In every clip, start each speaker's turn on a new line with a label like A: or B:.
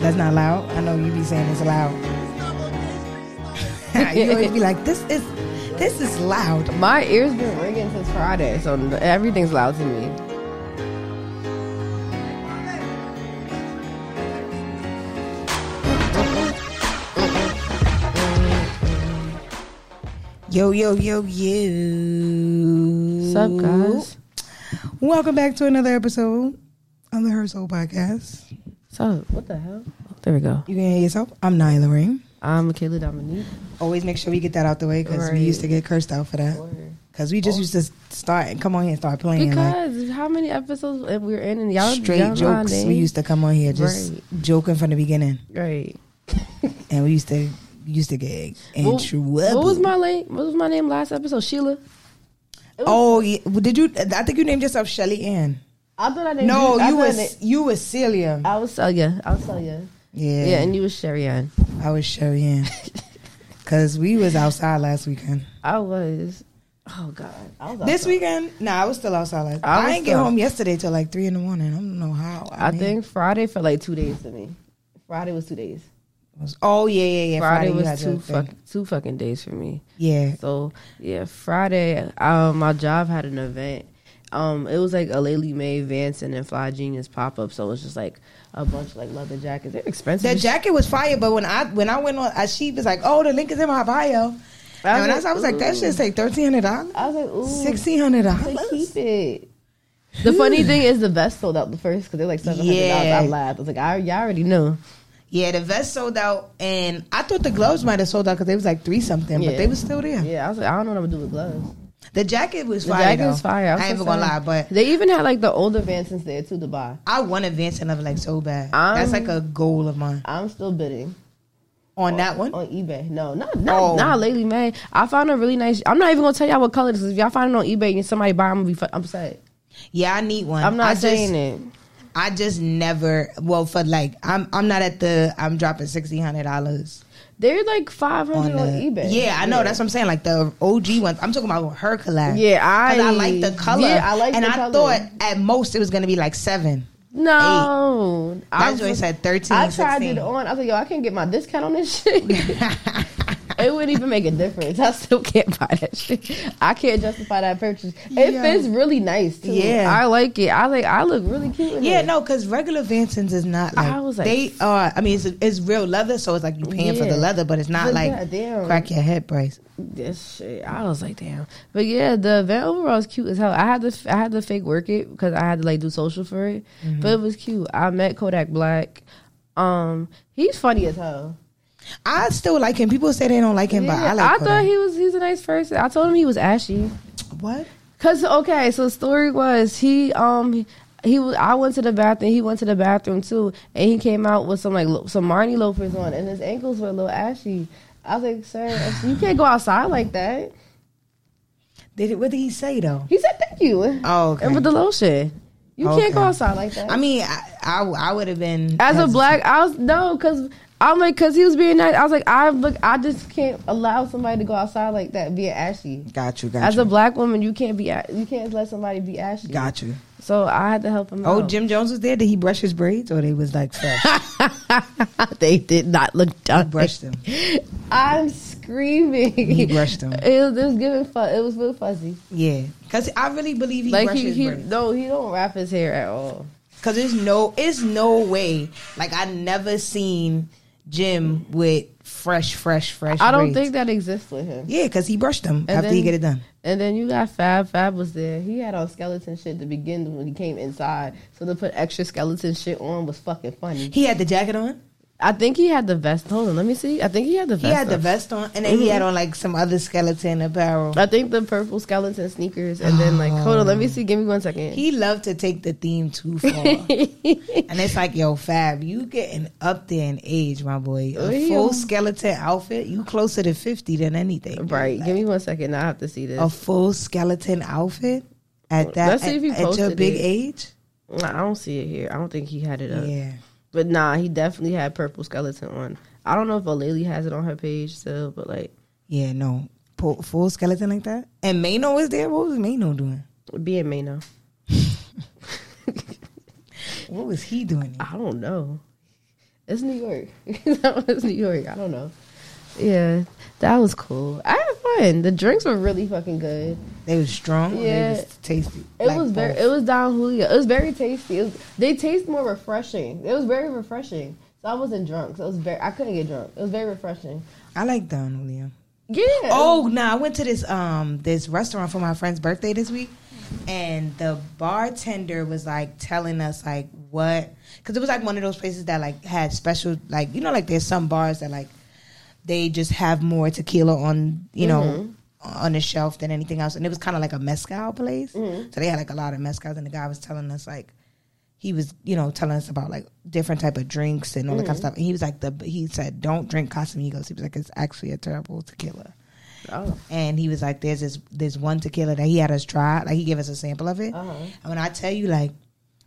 A: That's not loud. I know you be saying it's loud. you always be like, this is this is loud.
B: My ears been ringing since Friday, so everything's loud to me.
A: Yo, yo, yo, yo.
B: What's up, guys?
A: Welcome back to another episode on the Her Soul Podcast.
B: So, what the hell? There we go.
A: You can hear yourself. I'm Nyla Ring.
B: I'm Michaela Dominique.
A: Always make sure we get that out the way because
B: Right. Oh.
A: we used to get cursed out for that. Because we just used to start and come on here and start playing. like,
B: Because how many episodes and we're in and y'all
A: straight
B: y'all
A: jokes.
B: lying.
A: We used to come on here just joking from the beginning,
B: right.
A: and we used to used to get in
B: What-
A: trouble.
B: What was my name? What was my name last episode? Sheila.
A: Oh, yeah. Well, did you? I think you named yourself Shelly Ann.
B: I thought I named
A: No,
B: I
A: you
B: thought I
A: was
B: named-
A: you was Celia.
B: I was Celia. I was Celia.
A: Yeah,
B: Yeah, and you was Sherry Ann.
A: I was Shelly Ann. Cause we was outside last weekend.
B: I was. Oh God. I was
A: This
B: outside.
A: weekend, nah, I was still outside last.
B: I
A: I,
B: was
A: ain't get
B: still-
A: home yesterday till like three in the morning. I don't know how.
B: I
A: mean,
B: think Friday felt like two days to me. Friday was two days.
A: it was- oh yeah, yeah, yeah.
B: Friday,
A: you had
B: was two
A: your thing.
B: fuck, two fucking days for me.
A: Yeah,
B: So yeah, Friday, um, my job had an event. Um, it was like a Lely Mae, Vanson, and Fly Genius pop up. So it was just like a bunch of like leather jackets. They're expensive.
A: the
B: as shit.
A: jacket was fire. But when I when I went on, I, she was like, "Oh, the link is in my bio."
B: I
A: And
B: was
A: when I,
B: like,
A: saw- I was like, "That
B: ooh.
A: shit like thirteen hundred dollars,
B: I was like, ooh,
A: sixteen hundred
B: like,
A: dollars."
B: keep it. The funny thing is, the vest sold out the first because they're like seven hundred dollars.
A: Yeah.
B: I laughed. I was like, I, y'all already know.
A: Yeah, the vest sold out, and I thought the gloves might have sold out because they was like three something, but
B: Yeah.
A: they was still there.
B: Yeah, I was like, I don't know what I'm gonna do with gloves.
A: The jacket was
B: The
A: fire.
B: jacket was
A: though.
B: fire. I was
A: I ain't even
B: so
A: gonna lie,
B: sad.
A: but
B: They even had like the older Vansons there too to buy.
A: I want a Vincent of like so bad. That's
B: I'm-
A: like a goal of mine
B: I'm still bidding.
A: on that one.
B: on eBay. No, not not,
A: Oh.
B: not lately, man. I found a really nice. I'm not even gonna tell y'all what color this is. If y'all find it on eBay and somebody buy, I'm gonna be fu- upset.
A: Yeah, I need one.
B: I'm not
A: I just,
B: saying it.
A: I just never. Well, for like, I'm I'm not at the. I'm dropping sixteen hundred dollars
B: They're like five
A: on
B: hundred
A: the
B: on, eBay.
A: Yeah, I know. That's what I'm saying. Like the OG ones. I'm talking about her collab.
B: Yeah, I-
A: 'Cause I like the color.
B: Yeah, I like
A: And
B: the
A: I
B: color.
A: thought at most it was gonna be like seven.
B: no. I
A: That joint
B: was-
A: said thirteen.
B: I tried
A: 16.
B: it on. I was like, yo, I can't get my discount on this shit. it wouldn't even make a difference. I still can't buy that shit. I can't justify that purchase. It
A: Yo.
B: fits really nice too.
A: Yeah.
B: I like it. I like. I look really cute. In
A: Yeah,
B: it.
A: no, because regular Vinson's is not like,
B: I was like-
A: they are. I mean, it's, it's real leather, so it's like you paying for
B: Yeah.
A: the leather, but it's not
B: But
A: like
B: goddamn.
A: crack your head price.
B: this shit. I was like, damn. But yeah, the event overall is cute as hell. I had to I had to fake work it because I had to like do social for it. But it was cute. I met Kodak Black. Um, he's funny as hell.
A: I still like him. People say they don't like him, but I
B: Yeah,
A: like.
B: thought he was he's a nice person. I told him he was ashy.
A: thought what?
B: Cause okay, so story was he um he, he was I went to the bathroom, he went to the bathroom too, and he came out with some like lo- some Marnie loafers on, and his ankles were a little ashy. I was like, sir, you can't go outside like that.
A: Did it, what did he say though?
B: He said, thank you.
A: Oh, okay.
B: and with the lotion. You
A: Okay.
B: can't go outside like that.
A: I mean, I I, I would have been
B: As a
A: hesitant.
B: black, I was no, cause I'm like, cause he was being nice. I was like, I look, I just can't allow somebody to go outside like that being ashy.
A: Got you, got
B: As
A: you,
B: a black woman, you can't be, a- you can't let somebody be ashy.
A: got you.
B: So I had to help him.
A: Oh,
B: out.
A: Jim Jones was there. Did he brush his braids, or they was like fresh?
B: they did not look done.
A: brushed them.
B: I'm screaming.
A: He brushed them.
B: It was, it was giving fu- It was real fuzzy.
A: Yeah, because I really believe he
B: like
A: brushed
B: he,
A: his
B: he
A: braids.
B: no, he don't wrap his hair at all.
A: Cause there's no, it's no way. Like I never seen Jim with fresh, fresh, fresh.
B: I don't
A: braids.
B: think that exists with him.
A: Yeah, cause he brushed them after he
B: then-
A: get it done.
B: And then you got Fab. Fab was there. He had on skeleton shit to begin when he came inside. So to put extra skeleton shit on was fucking funny.
A: He had the jacket on.
B: I think he had the vest. Hold on, let me see. I think he had the
A: He
B: vest.
A: had the
B: on.
A: vest on, and then he had on like some other skeleton apparel.
B: I think the purple skeleton sneakers. And then like, hold on, let me see. Give me one second.
A: He loved to take the theme too far, and it's like, yo, Fab, you getting up there in age, my boy. A
B: Ew.
A: full skeleton outfit, you closer to fifty than anything.
B: right.
A: Like,
B: Give me one second. I have to see this.
A: a full skeleton outfit at that
B: Let's see if he
A: at, at your
B: posted
A: big
B: it.
A: age.
B: Nah, I don't see it here. I don't think he had it up.
A: Yeah.
B: But nah, he definitely had purple skeleton on. I don't know if O'Leary has it on her page still, but like
A: Yeah, no. Po- full skeleton like that? And Mano was there? What was Mano doing?
B: being Mano.
A: What was he doing?
B: I don't know. It's New York. it's New York. I don't know. Yeah, that was cool. I had fun. The drinks were really fucking good.
A: They was strong. Yeah,
B: Yeah.
A: they was tasty.
B: It
A: Like
B: was very.
A: both.
B: It was Don Julio. It was very tasty. It was, they taste more refreshing. It was very refreshing. So I wasn't drunk. So it was very. I couldn't get drunk. It was very refreshing.
A: I like Don Julio.
B: Yeah.
A: Oh no, nah, I went to this um this restaurant for my friend's birthday this week, and the bartender was like telling us like what because it was like one of those places that like had special like you know like there's some bars that like they just have more tequila on you know on the shelf than anything else, and it was kind of like a mezcal place, so they had like a lot of mezcals, and the guy was telling us like he was you know telling us about like different type of drinks and all that kind of stuff. And he was like the he said don't drink Casamigos. He was like it's actually a terrible tequila.
B: Oh.
A: And he was like there's this there's one tequila that he had us try. Like he gave us a sample of it.
B: Uh-huh.
A: And when I tell you like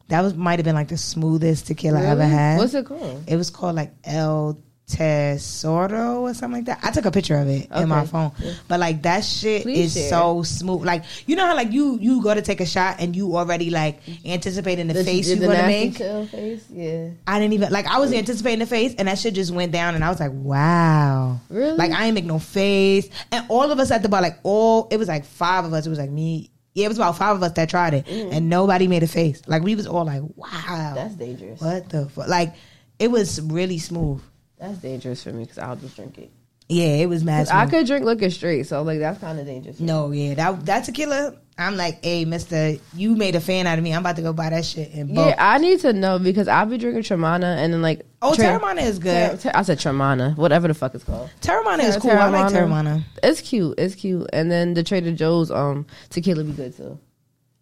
A: that was might have been like the smoothest tequila I ever
B: Really?
A: had.
B: What's it called?
A: It was called like El Tesoro or something like that. I took a picture of it
B: Okay.
A: in my phone. But like that shit
B: Please
A: is
B: share.
A: so smooth. Like you know how like you you go to take a shot and you already like anticipating the, face
B: the
A: you want to
B: nasty
A: make.
B: chill face. Yeah.
A: I didn't even like I was anticipating the face and that shit just went down and I was like, wow.
B: Really?
A: Like I ain't make no face. And all of us at the bar, like all it was like five of us. It was like me. Yeah, it was about five of us that tried it. And nobody made a face. Like we was all like, wow.
B: Mm-hmm. That's dangerous.
A: what the fuck? Like it was really smooth.
B: That's dangerous for me because I'll just drink it.
A: Yeah, it was mad
B: 'Cause I
A: smooth.
B: could drink liquor straight, so like that's kind of dangerous.
A: No, yeah, that that tequila. I'm like, hey, Mister, you made a fan out of me. I'm about to go buy that shit in bulk.
B: Yeah, I need to know because I'll be drinking Tremana and then like
A: oh,
B: Tre-
A: Terramana is
B: Ter-
A: good.
B: Ter- I said Tremana, whatever the fuck it's called.
A: Terramana is
B: Ter-
A: cool. I like
B: Terramana.
A: Terramana.
B: It's cute, it's cute. And then the Trader Joe's um tequila be good too.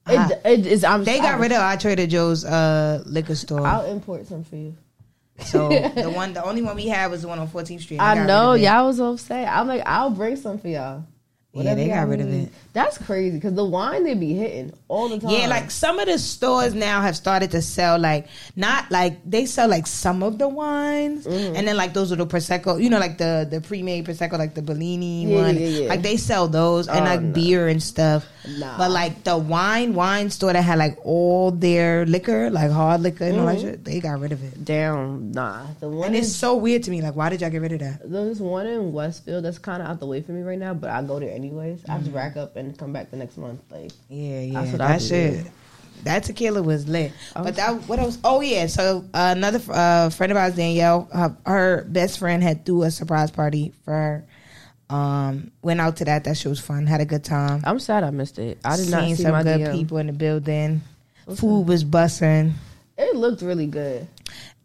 A: Ah.
B: It, it is. I'm,
A: They got
B: I-
A: rid of our Trader Joe's uh, liquor store.
B: I'll import some for you.
A: So the one, the only one we had was the one on 14th Street. They got
B: I
A: rid
B: know
A: of it.
B: y'all was upset. I'm like, I'll bring some for y'all.
A: Yeah, they
B: Whatever
A: got
B: y'all
A: rid of
B: need.
A: it.
B: That's crazy because the wine they be hitting all the time.
A: Yeah, like some of the stores now have started to sell like not like they sell like some of the wines,
B: Mm.
A: and then like those little prosecco, you know, like the the pre made prosecco, like the Bellini
B: Yeah,
A: one.
B: yeah, yeah.
A: Like they sell those and
B: Oh,
A: like
B: no.
A: beer and stuff.
B: Nah.
A: But like the wine wine store that had like all their liquor, like hard liquor and all that
B: Mm-hmm.
A: shit, they got rid of it.
B: damn, nah. The one
A: And
B: in
A: it's so weird to me. Like, why did y'all get rid of that?
B: There's one in Westfield that's kind of out the way for me right now, but I go there anyways. I have
A: Mm-hmm.
B: to rack up and come back the next month. Like,
A: Yeah, yeah,
B: That's what I
A: that
B: do,
A: shit.
B: yeah.
A: That tequila was lit,
B: I
A: but
B: was-
A: that what else? Oh yeah, so uh, another uh, friend of ours, Danielle, her, her best friend had threw a surprise party for her. Um, went out to that. That shit was fun. Had a good time.
B: I'm sad I missed it. I did not
A: Seen
B: see
A: some
B: my
A: good
B: DM.
A: people in the building. Food was bussing,
B: It looked really good.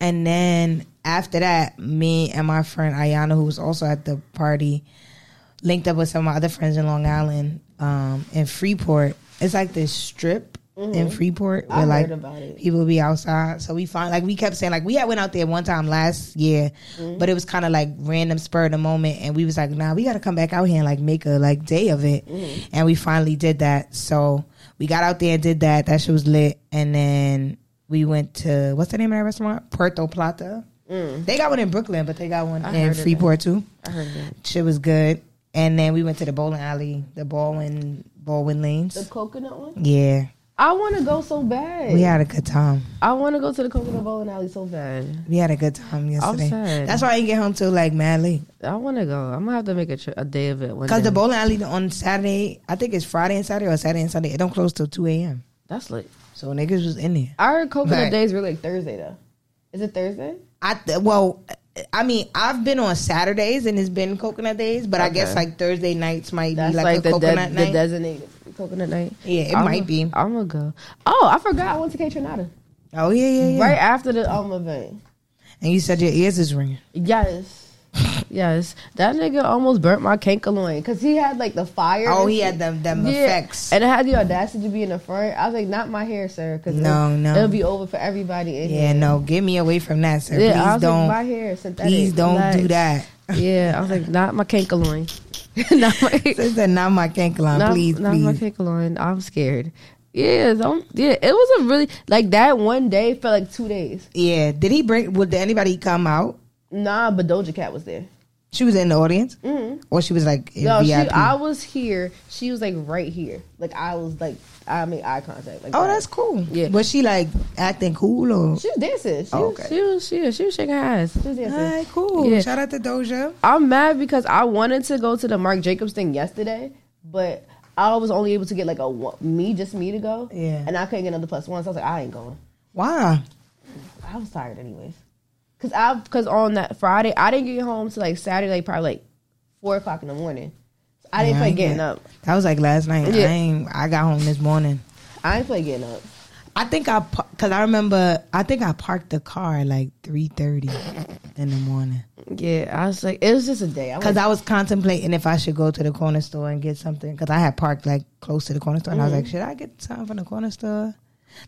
A: and then after that, me and my friend Ayana, who was also at the party, linked up with some of my other friends in Long Island, um, in Freeport. It's like this strip in Freeport
B: Mm-hmm. I
A: where like
B: heard about it.
A: people be outside. So we find like we kept saying like we had went out there one time last year,
B: Mm-hmm.
A: but it was kind of like random spur of the moment, and we was like, nah, we got to come back out here and like make a like day of it,
B: Mm-hmm.
A: and we finally did that. So we got out there and did that. That shit was lit, and then we went to what's the name of that restaurant? Puerto Plata. They got one in Brooklyn, but they got one
B: Mm. I heard
A: in
B: of that.
A: Freeport too.
B: I heard that.
A: Shit was good. And then we went to the bowling alley, the Baldwin Baldwin
B: The
A: Lanes.
B: coconut one?
A: Yeah,
B: I want to go so bad.
A: we had a good time.
B: I want to go to the coconut bowling alley so bad.
A: We had a good time yesterday.
B: sad.
A: That's why I didn't get home till like mad late.
B: I want to go. I'm gonna have to make a, tri- a day of it. One
A: Cause
B: day.
A: the bowling alley on Saturday, I think it's Friday and Saturday or Saturday and Sunday. It don't close till two a.m.
B: that's lit.
A: So niggas was in there.
B: Our coconut
A: Right.
B: days were like Thursday though. Is it Thursday?
A: I th- well, I mean, I've been on Saturdays and it's been coconut days, but I guess
B: Okay.
A: like Thursday nights might
B: That's
A: be like,
B: like,
A: a
B: the, de-
A: coconut
B: the
A: night.
B: designated coconut night.
A: Yeah, it might be.
B: I'm gonna go. Oh, I forgot. I went to K Trinata
A: oh yeah, yeah, yeah.
B: right after the um event.
A: And you said your ears is ringing.
B: Yes. yes. That nigga almost burnt my cankaloin because he had like the fire.
A: Oh,
B: and
A: he
B: shit.
A: had them them
B: Yeah.
A: effects.
B: And I had the audacity to be in the front. I was like, not my hair, sir, because
A: No,
B: it'll,
A: no.
B: it'll be over for everybody in
A: Yeah,
B: here.
A: no, get me away from that, sir.
B: Yeah, I
A: please
B: was like,
A: don't,
B: my hair, synthetic.
A: please don't do
B: relax.
A: that.
B: yeah, I was like, not my cankaloin. not my,
A: Sister, not my canker line,
B: not,
A: please,
B: not
A: please.
B: my cankaloin. I'm scared. Yeah, don't, yeah, it was a really, like that one day for like two days.
A: Yeah. Did he bring? Would anybody come out?
B: Nah, but Doja Cat was there.
A: She was in the audience,
B: Mm-hmm.
A: or she was like in
B: No, she,
A: VIP.
B: I was here. She was like right here. Like I was like I made eye contact. Like
A: oh,
B: that.
A: that's cool.
B: Yeah.
A: was she like acting cool or?
B: she was dancing. She,
A: Oh,
B: was-
A: okay.
B: she was she was she was shaking her ass. She was dancing.
A: Alright, cool.
B: Yeah.
A: Shout out to Doja.
B: I'm mad because I wanted to go to the Marc Jacobs thing yesterday, but I was only able to get like a one- me, just me to go.
A: Yeah.
B: And I couldn't get another plus one, so I was like, I ain't going.
A: Why?
B: I was tired anyways. Cause I, cause on that Friday, I didn't get home till like Saturday, like probably like four o'clock in the morning. So I
A: Yeah,
B: didn't
A: I
B: play
A: ain't
B: getting
A: get-
B: up.
A: That was like last night.
B: Yeah.
A: I ain't, I got home this morning.
B: I ain't play getting up.
A: I think I par- cause I remember I think I parked the car at like three thirty in the morning
B: Yeah, I was like, it was just a day. I
A: because
B: was,
A: I was contemplating if I should go to the corner store and get something because I had parked like close to the corner store and
B: Mm.
A: I was like, should I get something from the corner store?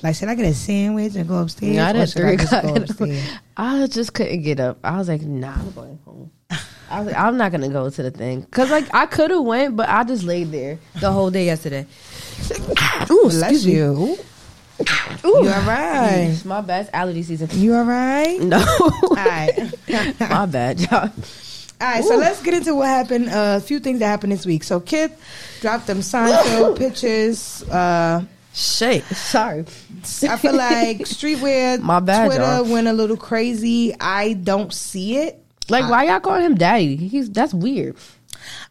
A: Like, should I get a sandwich and go upstairs?
B: not
A: or
B: at
A: should
B: three
A: I just
B: o'clock.
A: go
B: in the
A: upstairs?
B: morning. I just couldn't get up. I was like, nah, I'm going home. I was like, I'm not gonna go to the thing because like I could have went, but I just laid there the whole day yesterday. Ooh,
A: Bless
B: excuse me.
A: you. Ooh,
B: Ooh.
A: You all right?
B: It's my best allergy season.
A: You all right?
B: No,
A: All right.
B: my bad, y'all.
A: All right, so let's get into what happened. uh, A few things that happened this week. So Kid dropped them Seinfeld pictures. Uh,
B: Shake. Sorry.
A: I feel like streetwear.
B: My bad,
A: Twitter
B: y'all.
A: went a little crazy. I don't see it.
B: Like, why y'all calling him daddy? He's that's weird.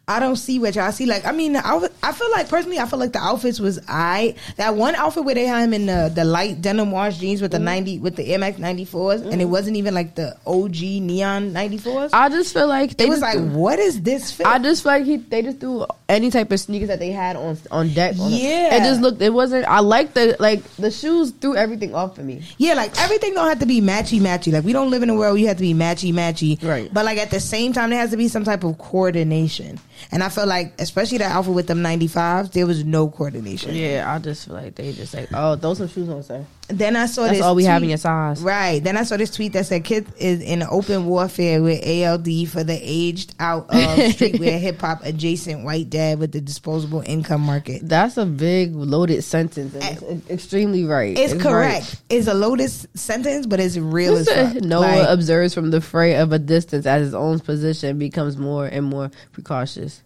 A: I don't see what y'all see. Like, I mean, the outfit, I feel like personally, I feel like the outfits was I that one outfit where they had him in the, the light denim wash jeans with the
B: Mm-hmm.
A: ninety with the MX ninety and it wasn't even like the OG neon ninety fours.
B: I just feel like they
A: It was
B: just
A: like, what is this fit?
B: I just feel like he they just threw any type of sneakers that they had on on deck. on it.
A: Yeah.
B: it just looked. It wasn't. I like the like the shoes threw everything off for me.
A: Yeah, like everything don't have to be matchy matchy. Like we don't live in a world where you have to be matchy matchy.
B: Right.
A: But like at the same time, there has to be some type of coordination. And I feel like, especially that outfit with them ninety fives, there was no coordination.
B: Yeah, I just feel like they just like oh throw some shoes on sir.
A: Then I saw
B: That's
A: this.
B: all we
A: tweet,
B: have in your size.
A: Right. Then I saw this tweet that said, "Kids is in open warfare with ALD for the aged out of streetwear hip hop adjacent white dad with the disposable income market."
B: That's a big loaded sentence. And Eh. it's extremely right.
A: It's,
B: right.
A: correct. It's a loaded s- sentence, but it's real
B: Just
A: as
B: a- uh,
A: fuck.
B: Noah
A: Like,
B: observes from the fray of a distance as his own position becomes more and more precautious.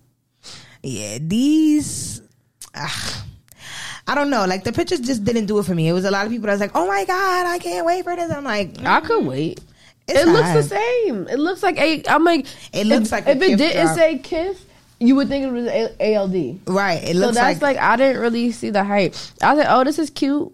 A: yeah, these. ah, I don't know. Like the pictures just didn't do it for me. It was a lot of people that was like, "Oh my god, I can't wait for this." I'm like,
B: I could wait.
A: It's
B: it looks the
A: hot.
B: same. It looks like a. I'm like.
A: It looks
B: if,
A: like a
B: if it
A: gift
B: didn't
A: wrap.
B: say kiss, you would think it was a- ALD.
A: right? It
B: So
A: looks
B: that's
A: like,
B: like, I didn't really see the hype. I was like, oh, this is cute.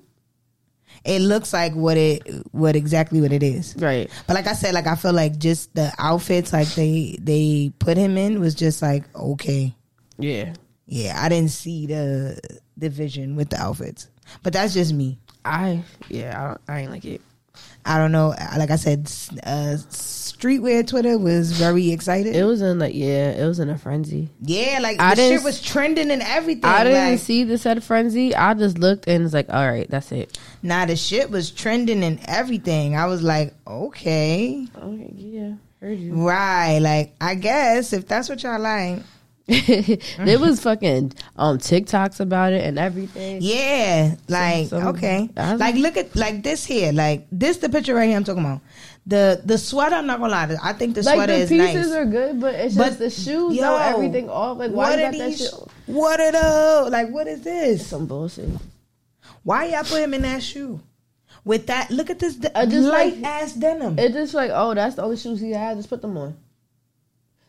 A: it looks like what it what exactly what it is.
B: Right.
A: But like I said, like I feel like just the outfits like they they put him in was just like okay,
B: Yeah.
A: yeah. I didn't see the division with the outfits, but that's just me.
B: I yeah. I, don't, I ain't like it.
A: I don't know. Like I said, s- uh, streetwear Twitter was very excited.
B: It was in like yeah. It was in a frenzy.
A: Yeah, like
B: I
A: the
B: didn't
A: shit
B: s-
A: was trending and everything.
B: I didn't
A: like,
B: see the said frenzy. I just looked and was like, all right, that's it.
A: Nah, the shit was trending and everything. I was like, okay,
B: Okay. Yeah. Heard you.
A: right. Like, I guess if that's what y'all like,
B: there was fucking um TikToks about it and everything.
A: yeah, like
B: so-
A: okay,
B: I-
A: like look at like this here, like this the picture right here. I'm talking about the the sweater. I'm not gonna lie, I think the
B: Like
A: sweater
B: the
A: is
B: pieces
A: nice.
B: are good, but it's
A: But,
B: just the shoes
A: yo,
B: throw everything off. Like why
A: what
B: you
A: are
B: got that shit?
A: these? What are those? Like, what is this?
B: Some bullshit.
A: Why y'all put him in that shoe? With that, look at this
B: I just
A: light
B: like-
A: ass denim.
B: It just like oh that's the only shoes he had. Just put them on.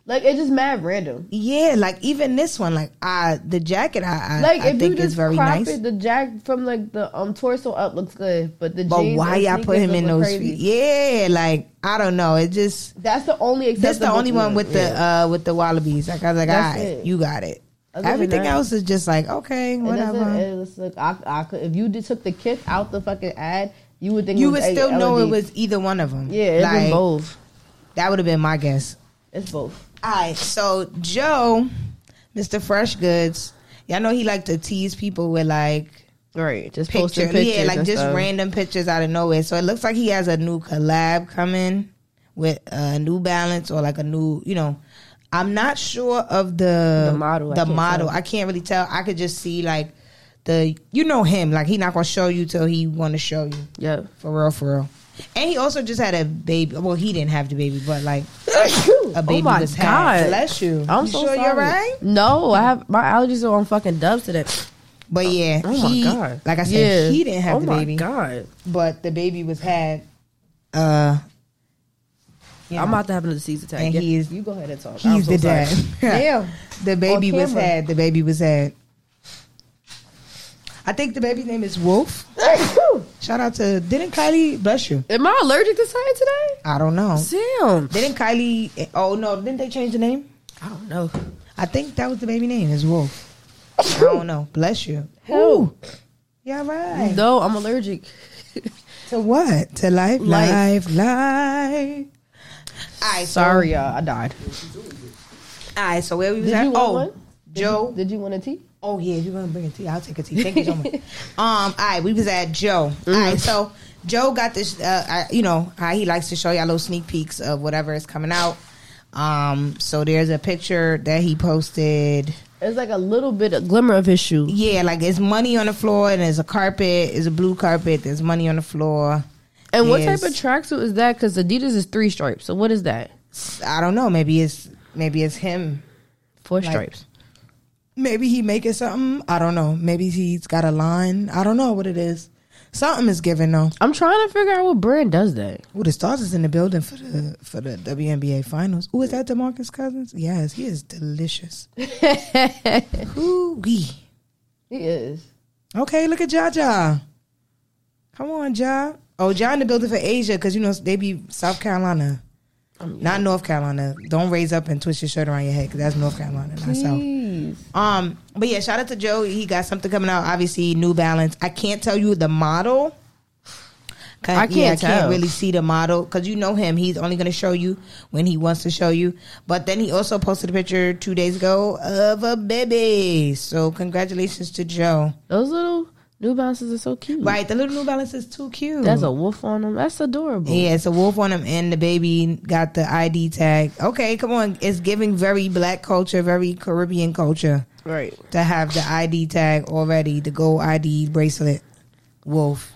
B: Like it just mad random.
A: Yeah, like even this one, like I the jacket I I,
B: Like
A: I
B: if you
A: think
B: just
A: is very
B: crop
A: nice.
B: it, the jack from like the um torso up looks good, but the
A: But
B: jeans
A: why
B: and
A: y'all put
B: sneakers
A: him in
B: look
A: those
B: crazy.
A: feet? Yeah, like I don't know. It just
B: That's the only.
A: that's the
B: acceptable
A: only one with
B: Yeah.
A: the uh with the wallabies. Like I was like, all
B: That's
A: right,
B: it.
A: you got it.
B: Other than
A: Everything
B: that-
A: else is just like okay,
B: It doesn't-
A: whatever.
B: it was like, I, I could, if you did, took the kick out the fucking ad, you would think it
A: You would
B: was
A: still know
B: LED.
A: it was either one of them.
B: Yeah, it's
A: like
B: both.
A: that would have been my guess.
B: It's both.
A: All right, so Joe, Mr. Fresh Goods, y'all know he like to tease people with like
B: Right. Just
A: picture.
B: posting pictures.
A: Yeah, like
B: and
A: just
B: stuff.
A: random pictures out of nowhere. So it looks like he has a new collab coming with uh, New Balance or like a new, you know. I'm not sure of the
B: The model, I
A: The
B: can't
A: model,
B: tell.
A: I can't really tell. I could just see like the you know him. Like he not gonna show you till he want to show you
B: Yep.
A: for real, for real. And he also just had a baby. Well, he didn't have the baby, but like A baby
C: Oh my
A: was had.
C: God.
A: Bless you.
C: I'm
A: you
C: so
A: sure
C: sorry.
A: you're right.
C: No, I have my allergies are on fucking dubs today.
A: But yeah,
C: Oh my
A: he,
C: God.
A: like I said,
C: Yeah.
A: he didn't have
C: oh
A: the
C: my
A: baby,
C: God,
A: but the baby was had. Uh, you
C: I'm
A: know,
C: about to have another disease attack.
A: and
C: Yeah.
A: he is.
C: you go ahead and talk. I'm
A: He's
C: so
A: the
C: sorry.
A: dad.
C: Damn.
A: The baby
C: On
A: was
C: camera.
A: had. The baby was had. I think the baby's name is Wolf. Shout out to didn't Kylie bless you?
C: Am I allergic to something today?
A: I don't know.
C: Damn.
A: Didn't Kylie? Oh no! Didn't they change the name?
C: I don't know.
A: I think that was the baby name is Wolf. I don't know. Bless you.
C: Hell.
A: Yeah, right.
C: No, I'm allergic.
A: To what? To life,
C: Life.
A: life, life. I
C: Sorry, y'all. I died.
A: All right, so where we was
B: Did
A: at?
B: you want
A: Oh,
B: one?
A: Joe.
B: Did you want a tea?
A: Oh yeah, if you're gonna bring a tea, I'll take a tea. Thank you so much. um, all right, we was at Joe. All
B: Mm-hmm.
A: right, so Joe got this. Uh, I, you know how he likes to show y'all little sneak peeks of whatever is coming out. Um, so there's a picture that he posted.
B: It's like a little bit of glimmer of his shoe.
A: Yeah, like it's money on the floor and there's a carpet. It's a blue carpet. There's money on the floor.
B: And what
A: Yes.
B: type of tracksuit is that? Because Adidas is three stripes. So what is that?
A: I don't know. Maybe it's maybe it's him.
B: Four
A: Like-
B: stripes.
A: Maybe he making something. I don't know. Maybe he's got a line. I don't know what it is. Something is given though.
B: I'm trying to figure out what brand does that.
A: Ooh, the stars is in the building for the for the WNBA finals. Ooh, is that Demarcus Cousins? Yes, he is delicious. Ooh wee.
B: He is.
A: Okay, look at Jaja. Come on, Ja. Oh, Ja in the building for Asia because you know they be South Carolina, not North Carolina. Don't raise up and twist your shirt around your head because that's North Carolina, not South.
B: Jeez.
A: Um, but yeah, shout out to Joe. He got something coming out. Obviously, New Balance. I can't tell you the model. 'Cause,
B: I can't
A: yeah, I
B: tell.
A: can't really see the model because you know him. He's only going to show you when he wants to show you. But then he also posted a picture two days ago of a baby. So congratulations to Joe.
B: Those little New Balances are so cute.
A: Right, the little New Balance is too cute.
B: That's a wolf on them. That's adorable.
A: yeah, it's a wolf on him, and the baby got the ID tag. Okay, come on, it's giving very black culture, very Caribbean culture.
B: Right.
A: to have the ID tag already, the gold ID bracelet. Wolf.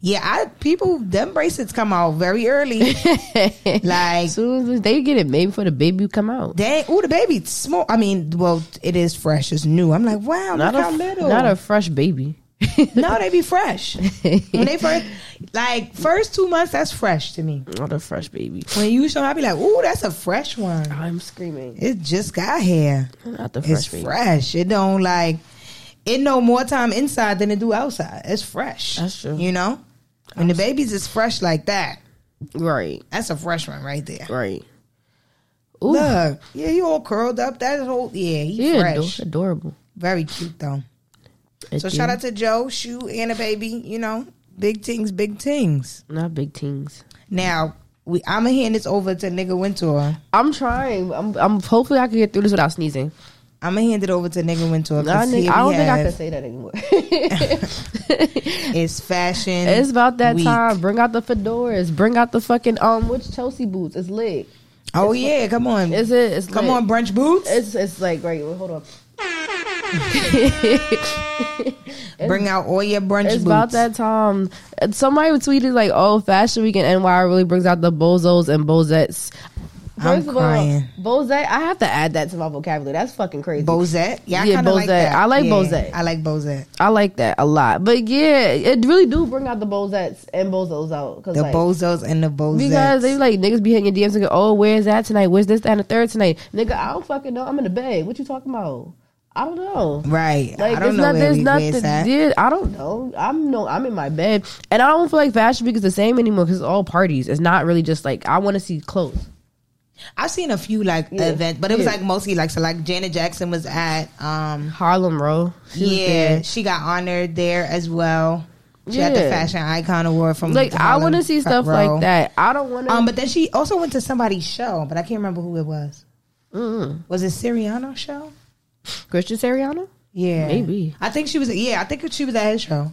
A: Yeah, I people them bracelets come out very early. like
B: As soon as they get it made before the baby come out.
A: dang, oh the baby small. I mean, well, it is fresh, it's new. I'm like, wow,
B: Not
A: look how
B: a,
A: little.
B: not a fresh baby.
A: no, they be fresh when they first like first two months. That's fresh to me.
B: Not a fresh baby.
A: When you show, I be like, ooh, that's a fresh one.
B: I'm screaming.
A: It just got here.
B: Not the fresh
A: It's
B: baby.
A: fresh. It don't like it no more time inside than it do outside. It's fresh.
B: That's true.
A: You know? When the babies is fresh like that,
B: Right.
A: that's a fresh one right there.
B: Right. Ooh.
A: Look, yeah, he all curled up. That whole yeah, he's
B: yeah, ador-
A: fresh.
B: adorable.
A: Very cute though. So
B: Adorable.
A: shout out to Joe, Shoe, and a baby. You know, big things, big things.
B: Not big teens.
A: Now we, I'm gonna hand this over to nigga Wintour.
B: I'm trying. I'm, I'm hopefully I can get through this without sneezing.
A: I'm gonna hand it over to nigga Wintour.
B: Nah,
A: 'cause
B: nigga,
A: here
B: I
A: we
B: don't think I can
A: have-
B: say that anymore.
A: It's fashion.
B: it's about that
A: week.
B: time. Bring out the fedoras. Bring out the fucking um which Chelsea boots. It's lit.
A: Oh yeah, come on.
B: Is it it's
A: Come
B: lit.
A: on, brunch boots.
B: It's it's like right, well, hold up.
A: Bring out all your brunch
B: It's
A: boots.
B: about that time. And Somebody tweeted like, "Oh, Fashion Week in NY really brings out the bozos and bozettes."
A: I'm crying.
B: all, bozette. I have to add that to my vocabulary. That's fucking crazy.
A: Bozette. Yeah, I
B: Yeah,
A: kind of like
B: Bozette.
A: that.
B: I like
A: yeah,
B: Bozette.
A: I like Bozette.
B: I like that a lot. But yeah, it really do bring out the bozettes and bozos out. Cause
A: The
B: like,
A: bozos and the bozettes.
B: Because they like niggas be hitting your DMs and go, oh, where's that tonight? Where's this, that, and the third tonight? Nigga, I don't fucking know. I'm in the bed. What you talking about? I don't know.
A: right.
B: Like
A: I don't
B: it's
A: know
B: not
A: where
B: there's
A: we where it's
B: nothing.
A: at.
B: Did I don't know. I'm no. I'm in my bed, and I don't feel like Fashion Week is the same anymore because it's all parties. It's not really just like I want to see clothes.
A: I've seen a few like
B: Yeah.
A: events, but it was
B: Yeah.
A: like mostly like so like Janet Jackson was at um
B: Harlem Row. She was
A: yeah
B: there.
A: she got honored there as well. She had the
B: Yeah.
A: fashion icon award from
B: Like
A: the
B: I want to
A: Harlem
B: see
A: Front
B: stuff
A: Row.
B: like that. I don't want to.
A: Um, but then she also went to somebody's show, but I can't remember who it was. Was it Siriano show?
B: Christian Siriano.
A: Yeah,
B: Maybe. Mm.
A: I think she was. Yeah, I think she was at his show.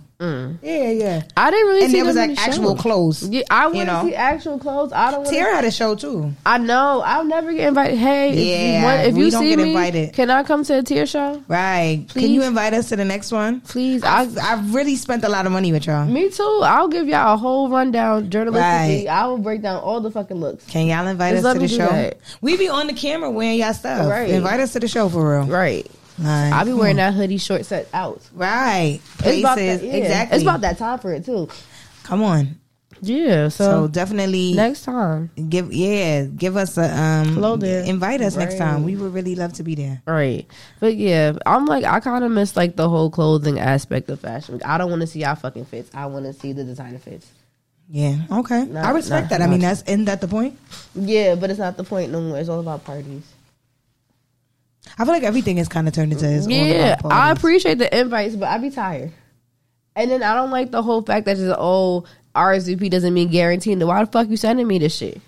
A: Yeah, yeah.
B: I didn't really
A: and
B: see
A: there was
B: them in
A: like
B: the
A: actual
B: show.
A: clothes.
B: Yeah, I want to
A: know.
B: see actual clothes. I don't want. to.
A: Tierra had a show too.
B: I know. I'll never get invited. Hey, if you,
A: Yeah,
B: want, if
A: we
B: you
A: don't
B: see
A: get
B: me,
A: invited.
B: can I come to a tear show?
A: Right? Can
B: Please.
A: you invite us to the next one?
B: Please, I.
A: I've really spent a lot of money with y'all.
B: Me too. I'll give y'all a whole rundown journalistically.
A: Right.
B: I will break down all the fucking looks.
A: Can y'all invite
B: Just
A: us
B: let
A: to
B: me
A: the
B: do
A: show?
B: that.
A: We be on the camera wearing y'all stuff.
B: Right.
A: Invite us to the show for real.
B: Right.
A: Like,
B: I'll be wearing that hoodie short set out.
A: Right.
B: It's
A: Places.
B: about that, yeah.
A: Exactly.
B: It's about that time for it too.
A: Come on.
B: Yeah.
A: So
B: So,
A: definitely
B: next time.
A: give yeah, give us a um
B: Hello there.
A: invite us next
B: Right.
A: time. We would really love to be there.
B: Right. But yeah, I'm like I kind of miss like the whole clothing aspect of fashion. I don't want to see y'all fucking fits. I want to see the designer fits.
A: Yeah. Okay.
B: Nah,
A: I respect
B: nah,
A: that. I mean
B: nah.
A: that's isn't that the point?
B: Yeah, but it's not the point no more. It's all about parties.
A: I feel like everything is kinda turned into his
B: Yeah, I appreciate the invites, but I be tired. And then I don't like the whole fact that just oh RSVP doesn't mean guaranteed. Then Why the fuck you sending me this shit?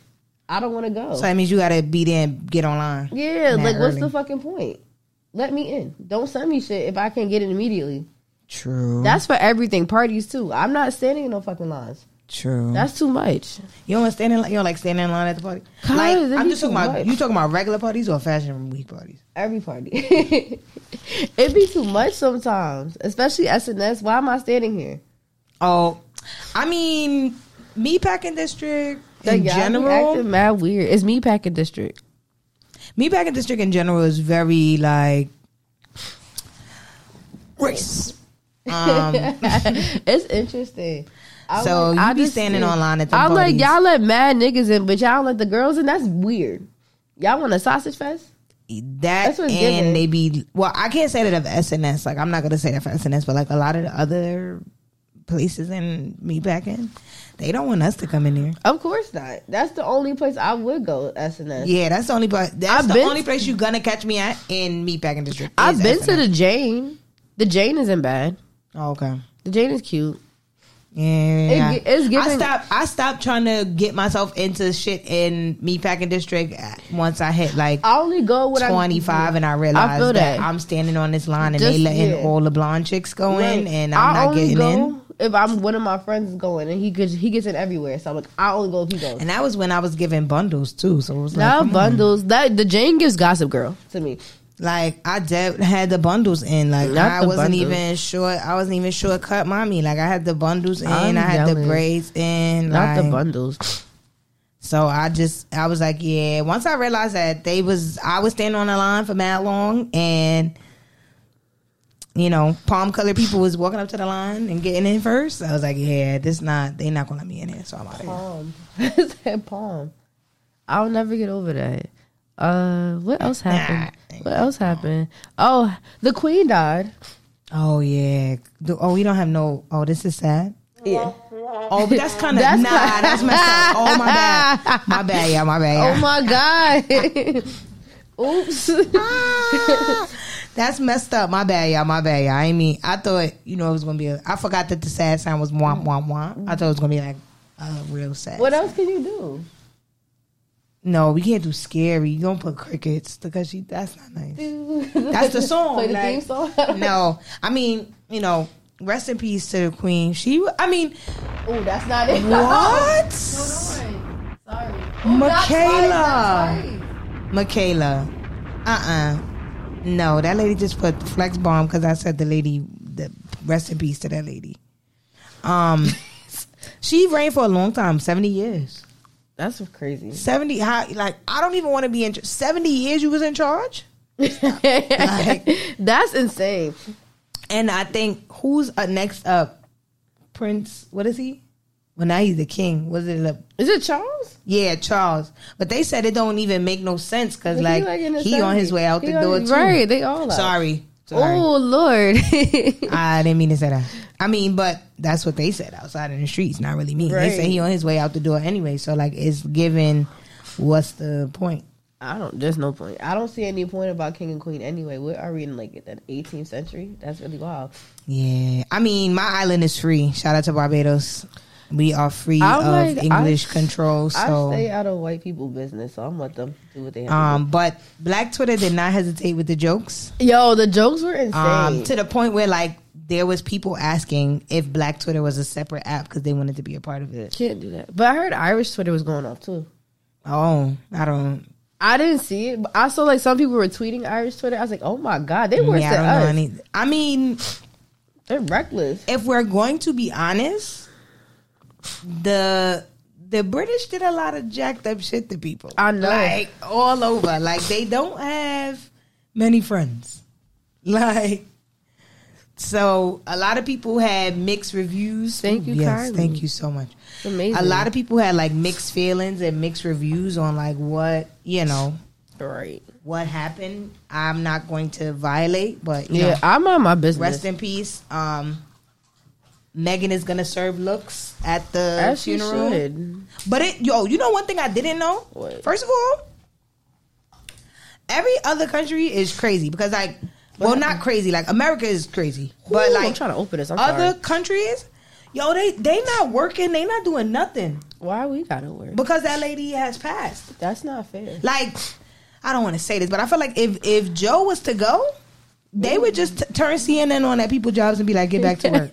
B: I don't want to go.
A: so that means you gotta be there and get online.
B: yeah,
A: Mad
B: like what's the
A: early.
B: fucking point? Let me in. Don't send me shit if I can't get it immediately.
A: Mm-hmm. True.
B: That's for everything. Parties too. I'm not standing in no fucking lines.
A: Mm-hmm. true.
B: That's too much.
A: you don't want to stand in line you don't like standing in line at the party?
B: God,
A: like
B: that'd
A: I'm
B: be
A: just talking
B: too
A: about
B: much.
A: you talking about regular parties or fashion week parties.
B: Every party. it be too much sometimes. Especially SNS. Why am I standing here?
A: Oh I mean me packing district in
B: y'all be
A: general.
B: acting mad weird. It's me packing district.
A: Me back in district in general is very like race. Um,
B: it's interesting. I
A: so
B: like-
A: you
B: I
A: be
B: just
A: standing
B: see-
A: on line at the
B: I'm
A: parties.
B: like, y'all let mad niggas in, but y'all let the girls in. That's weird. y'all want a sausage fest?
A: that
B: that's what's
A: and
B: given.
A: they be well. I can't say that of SNS. Like I'm not gonna say that for SNS, but like a lot of the other places in me back in, they don't want us to come in there.
B: Of course not. That's the only place I would go. SNS.
A: Yeah, that's the only place. That's
B: I've
A: the
B: been-
A: only place you're gonna catch me at in meat packing district.
B: I've been to
A: the.
B: the Jane. The Jane isn't bad.
A: Oh, okay.
B: The Jane is cute.
A: Yeah,
B: It gi- it's
A: I
B: giving-
A: stopped. I stopped trying to get myself into shit in meatpacking district uh, once I hit like
B: I only go when Uh, I'm
A: twenty five, and I realized
B: feel
A: that.
B: that.
A: I'm standing on this line and they
B: Just-
A: letting
B: yeah.
A: all the blonde chicks go in,
B: Like,
A: and I'm
B: I
A: not getting
B: go
A: in.
B: If I'm one of my friends is going and he could he gets in everywhere, so I'm like I only go if he goes.
A: And that was when I was giving bundles too, so it was like,
B: Now
A: come on.
B: bundles that the Jane gives Gossip Girl to me.
A: like I de- had the bundles in. Like
B: Not
A: I
B: the
A: wasn't
B: bundles.
A: even sure. I wasn't even sure cut mommy. Like I had the bundles in. i
B: I'm
A: had the
B: jealous.
A: braids in.
B: Not the
A: like-
B: bundles.
A: So I just I was like, yeah. Once I realized that they was I was standing on the line for mad long and you know, palm colored people was walking up to the line and getting in first. I was like, yeah, this not they not gonna let me in here, so I'm out of here.
B: Palm. It said palm. I'll never get over that. Uh, what else happened?
A: Nah.
B: What else happened? Oh, the queen died.
A: Oh yeah. Do- Oh, we don't have no oh, this is sad.
B: Yeah.
A: Oh, but that's kinda
B: That's
A: nah,
B: not-
A: that's messed up. Oh my bad. My bad, yeah, my bad. Yeah.
B: Oh my god. Oops. Oh,
A: Ah, That's messed up. My bad, y'all. My bad, y'all. I mean, I thought you know it was gonna be. A, I forgot that the sad sign was womp womp womp. I thought it was gonna be like a real sad.
B: Mm. what else can you do?
A: No, we can't do scary. You don't put crickets because she. That's not nice. That's the song.
B: Play the
A: like-
B: theme song.
A: No, I mean, you know, rest in peace to the queen. She. I mean,
B: Oh, that's not it.
A: what?
B: Sorry.
A: Michaela. Michaela. Uh uh No, that lady just put flex bomb because I said the lady, the rest in peace to that lady. Um, she reigned for a long time, 70 years.
B: That's crazy.
A: 70, how, like, I don't even want to be in, 70 years you was in charge?
B: That's insane.
A: And I think who's uh, next up? Prince, what is he? Well, now he's the king. Was it a,
B: Is it Charles?
A: yeah, Charles. But they said it don't even make no sense because,
B: He
A: like,
B: like in
A: he,
B: his
A: on his
B: 70s.
A: way out
B: He
A: the
B: on-
A: door, too.
B: Right, they all are.
A: Sorry. Sorry.
B: Oh Lord.
A: I didn't mean to say that. I mean, but that's what they said outside in the streets, not really me.
B: Right.
A: They said he on his way out the door anyway. So like it's given what's the point?
B: I don't. There's no point. I don't see any point about king and queen anyway. What are we in like the 18th century? That's really wild.
A: Yeah. I mean, my island is free. Shout out to Barbados. we are free
B: I'm
A: of
B: like, I-
A: English control. So
B: I stay out of white people business, so I'm let them do what they have.
A: Um, but Black Twitter did not hesitate with the jokes
B: to do. Yo, the jokes were insane.
A: um, to the point where like there was people asking if Black Twitter was a separate app because they wanted to be a part of it.
B: Can't do that. But I heard Irish Twitter was going off too.
A: Oh, I don't.
B: I didn't see it. But I saw like some people were tweeting Irish Twitter. I was like, oh my god, they worse
A: yeah, I
B: than
A: don't
B: us.
A: know any. I mean,
B: They're reckless.
A: if we're going to be honest, the the British did a lot of jacked up shit to people.
B: I know.
A: like all over. Like they don't have many friends. Like so, a lot of people had mixed reviews.
B: Thank you
A: yes,
B: kindly.
A: thank you so much.
B: It's amazing.
A: A lot of people had like mixed feelings and mixed reviews on like what you know
B: right.
A: what happened. I'm not going to violate, but you
B: Yeah,
A: know,
B: I'm on my
A: Rest
B: business.
A: in peace. Um, Megan is gonna serve looks at the
B: As she
A: funeral.
B: should.
A: But it, yo, you know one thing I didn't know.
B: What?
A: First of all, every other country is crazy because like, well, not crazy. Like America is crazy, but
B: Ooh,
A: like
B: I'm trying to open this. I'm
A: other
B: sorry.
A: countries, yo, they they not working. They not doing nothing
B: Why we gotta work?
A: because that lady has passed.
B: That's not fair.
A: Like, I don't want to say this, but I feel like if if Joe was to go. They would just t- turn CNN on at people jobs and be like, "Get back to work."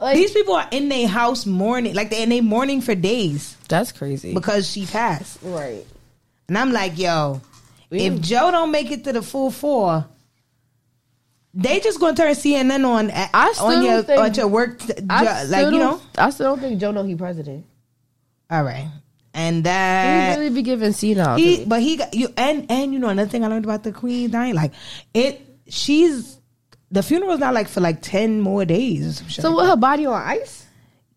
B: Like
A: These people are in their house mourning, like they're in their mourning for days
C: That's crazy.
A: because she passed.
B: right.
A: And I'm like, yo,
B: We-
A: if Joe don't make it to the full four, they just gonna turn CNN on at,
B: I still
A: on your
B: think-
A: on your work, t- jo-
B: still
A: like you know.
B: don't- I still don't think Joe know he president.
A: All right, and
B: He
A: that
B: really be giving senile. to
A: he,
B: me.
A: but he got you, and and you know another thing I learned about the Queen dying, like it, she's the funeral's not like for like ten more days. Or some shit
B: So
A: like
B: with her body on ice?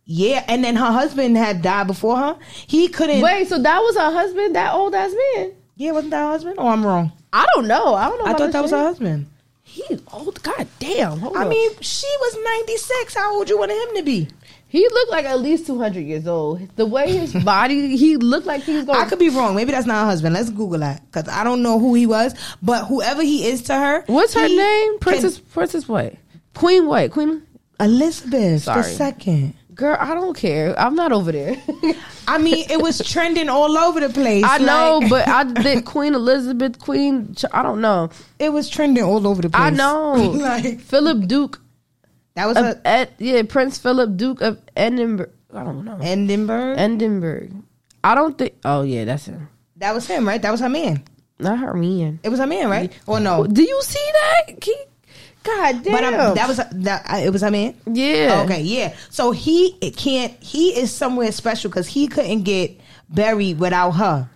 A: Yeah, and then her husband had died before her. He couldn't.
B: Wait, so that was her husband, that old ass man?
A: Yeah, wasn't that her husband? Oh, I'm wrong.
B: I don't know. I don't know.
A: I
B: about
A: thought
B: this
A: that was
B: shit.
A: her husband.
B: He's old. God damn. Hold
A: I
B: up.
A: mean, she was 96. How old you wanted him to be?
B: he looked like at least two hundred years old. The way his body, he looked like he was going.
A: I could be wrong. Maybe that's not her husband. Let's Google that because I don't know who he was. But whoever he is to her,
B: What's her
A: he
B: name?
A: can-
B: Princess. Princess what? Queen what? Queen.
A: Elizabeth the
B: Sorry.
A: second.
B: Girl, I don't care. I'm not over there.
A: I mean, it was trending all over the place.
B: I know,
A: Like,
B: but I think Queen Elizabeth, Queen. Ch- I don't know.
A: it was trending all over the place.
B: I know. Uh,
A: like
B: Philip Duke
A: that was
B: of
A: a
B: Ed- yeah, Prince Philip Duke of Edinburgh. I don't know.
A: Edinburgh.
B: Edinburgh. I don't think. Oh yeah, that's him.
A: That was him, right? That was her man.
B: Not her man.
A: It was her man, right? Or no?
B: Do you see that? Ke- God damn.
A: Oh. But um, that was that. I, it was her man.
B: yeah.
A: Okay, yeah. So he it can't. He is somewhere special because he couldn't get buried without her.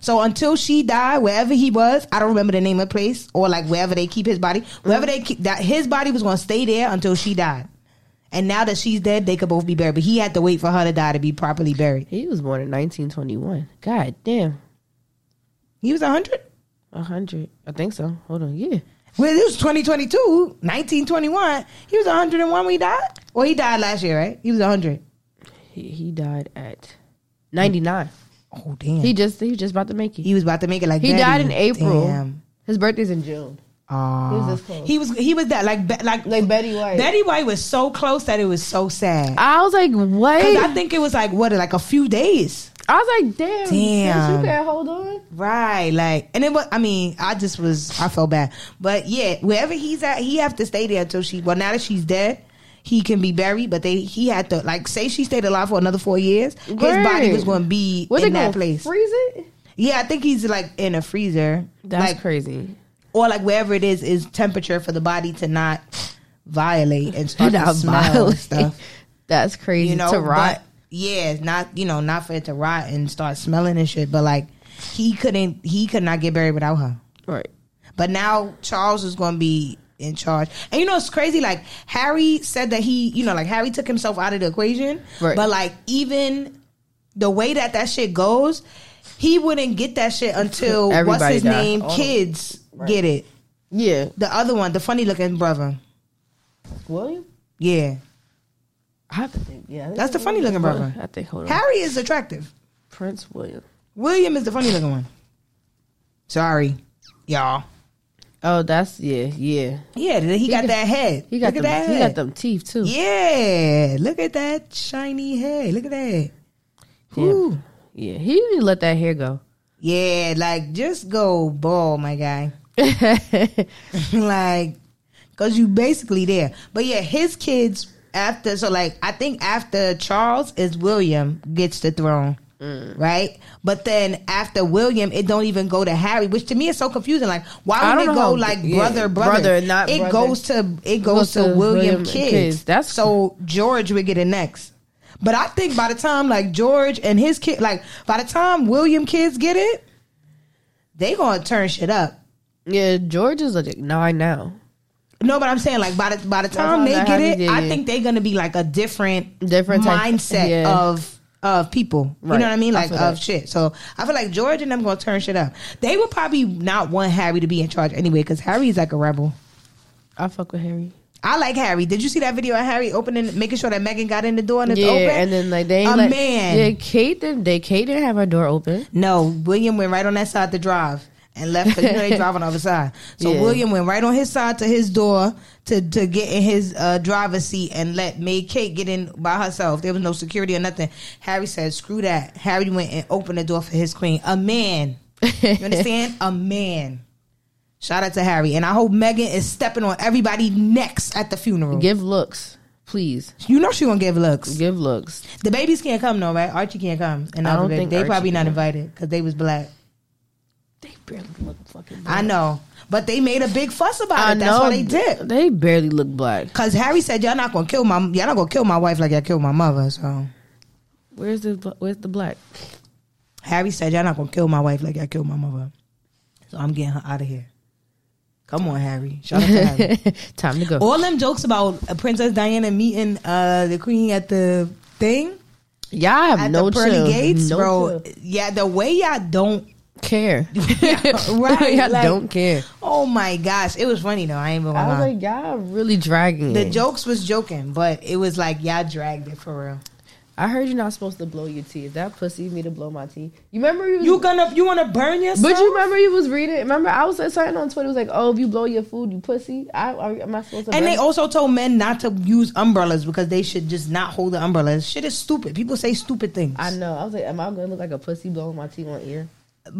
A: So until she died, wherever he was, I don't remember the name of the place or like wherever they keep his body. Wherever they keep that his body was going to stay there until she died. And now that she's dead, they could both be buried. But he had to wait for her to die to be properly buried.
B: He was born in 1921. God damn.
A: He was 100?
B: A hundred. I think so. Hold on. Yeah.
A: Well, it was 2022, 1921. He was 101 when he died? Well, he died last year, right? He was 100.
B: He, he died at 99.
A: Oh, damn.
B: He
A: He,
B: just he was just about to make it.
A: was about to make it like
B: He
A: Betty.
B: died in April.
A: Damn.
B: His birthday's in June. He was
A: Oh.
B: this close.
A: He was he was that like Be- like
B: Like Betty White.
A: Betty White was so close that it was so sad.
B: I was like, what?
A: 'Cause I think it was like what like a few days.
B: I was like, damn.
A: Damn.
B: Damn. You can't hold on.
A: Right, like and it was I mean, I just was I felt bad. But yeah, wherever he's at, he have to stay there until she well now that she's dead, he can be buried, but they he had to like say she stayed alive for another four years, his body
B: Right.
A: was gonna be
B: Was
A: in
B: it
A: that
B: going
A: place.
B: freeze it?
A: yeah, I think he's like in a freezer.
B: That's
A: like,
B: crazy.
A: or like wherever it is is temperature for the body to not violate and start to
B: Not
A: smell and
B: violent.
A: stuff.
B: That's crazy.
A: You know,
B: to rot.
A: But, yeah, not you know, not for it to rot and start smelling and shit. But like he couldn't, he could not get buried without her.
B: right.
A: But now Charles is going to be in charge. And you know, it's crazy. Like Harry said that he, you know, like Harry took himself out of the equation.
B: Right.
A: But like even the way that that shit goes, he wouldn't get that shit until what's
B: Everybody
A: his
B: die.
A: name?
B: All of-
A: Kids get it.
B: Yeah.
A: The other one, the funny looking brother.
B: William?
A: Yeah.
B: I have to think. Yeah. I think
A: That's the
B: William
A: funny looking
B: is
A: brother.
B: William. I think, hold on.
A: Harry is attractive.
B: Prince William.
A: William is the funny looking one. Sorry, y'all.
B: Oh, that's yeah, yeah.
A: Yeah, he got that head.
B: He got
A: look
B: them,
A: at that
B: he got
A: head.
B: them teeth too.
A: Yeah, look at that shiny head. Look at that.
B: Damn.
A: Ooh.
B: Yeah, he didn't let that hair go.
A: Yeah, like just go ball, my guy. like, cause you basically there. But yeah, his kids after. So like, I think after Charles is William gets the throne,
B: Mm.
A: right? But then after William, it don't even go to Harry, which to me is so confusing. Like, why
B: I
A: would it
B: don't
A: go
B: know how-
A: like
B: yeah,
A: brother, brother?
B: brother, not
A: it
B: brother.
A: goes to it goes to, William,
B: William
A: kids.
B: kids. That's-
A: so George would get it next. But I think by the time like George and his kid, like by the time William kids get it, they gonna turn shit up.
B: Yeah, George is like nine now.
A: No, but I'm saying like by the by the time
B: how
A: they
B: that
A: get it,
B: happens, yeah,
A: I
B: yeah.
A: think they're gonna be like a different
B: Different type-
A: mindset
B: yeah.
A: of of people. You
B: Right.
A: know what I mean?
B: I
A: Like
B: feel
A: of
B: that.
A: shit. So I feel like George and them gonna turn shit up. They would probably not want Harry to be in charge anyway because Harry's like a rebel.
B: I fuck with Harry.
A: I like Harry. Did you see that video of Harry opening, making sure that Megan got in the door and it's
B: yeah,
A: open?
B: and then like they
A: a
B: ain't let-
A: man.
B: Yeah, Kate didn't. They Kate didn't have her door open.
A: No, William went right on that side to drive and left because you know they drive on the other side. So
B: Yeah.
A: William went right on his side to his door to to get in his uh, driver's seat and let made Kate get in by herself. There was no security or nothing. Harry said, "Screw that." Harry went and opened the door for his queen, a man. You understand? a man. Shout out to Harry, and I hope Megan is stepping on everybody next at the funeral.
B: Give looks, please.
A: you know she gonna give looks.
B: Give looks.
A: The babies can't come though, right? Archie can't come, and
B: I don't
A: other baby-
B: think
A: they
B: Archie
A: probably not
B: can.
A: invited because they was black.
B: They barely look fucking.
A: I know, but they made a big fuss about
B: I
A: it. That's
B: know.
A: why they did.
B: They barely look black.
A: Cause Harry said, "Y'all not gonna kill my, y'all not gonna kill my wife like y'all killed my mother." So
B: Where's the bl- Where's the black?
A: Harry said, "Y'all not gonna kill my wife like y'all killed my mother." So I'm getting her out of here. Come on, Harry. Shout out to Harry.
B: Time to go.
A: All them jokes about uh, Princess Diana meeting uh, the Queen at the thing
B: y'all have
A: at
B: no
A: the pearly
B: chill.
A: gates,
B: no
A: bro.
B: chill.
A: Yeah, the way y'all don't.
B: Care.
A: right,
B: y'all
A: like-
B: don't care.
A: Oh my gosh, it was funny though. I ain't even
B: I
A: gonna
B: was
A: lie.
B: like, y'all really dragging
A: the
B: it.
A: jokes was joking, but it was like y'all dragged it for real.
B: I heard you're not supposed to blow your tea. Is that pussy me to blow my tea? You remember you, was-
A: You gonna you wanna burn yourself?
B: But you remember you was reading. Remember I was something on Twitter was like, "Oh, if you blow your food, you pussy." I are, am I supposed to?
A: and
B: burn-
A: they also told men not to use umbrellas because they should just not hold the umbrellas. Shit is stupid. People say stupid things.
B: I know. I was like, "Am I gonna look like a pussy blowing my tea on ear?"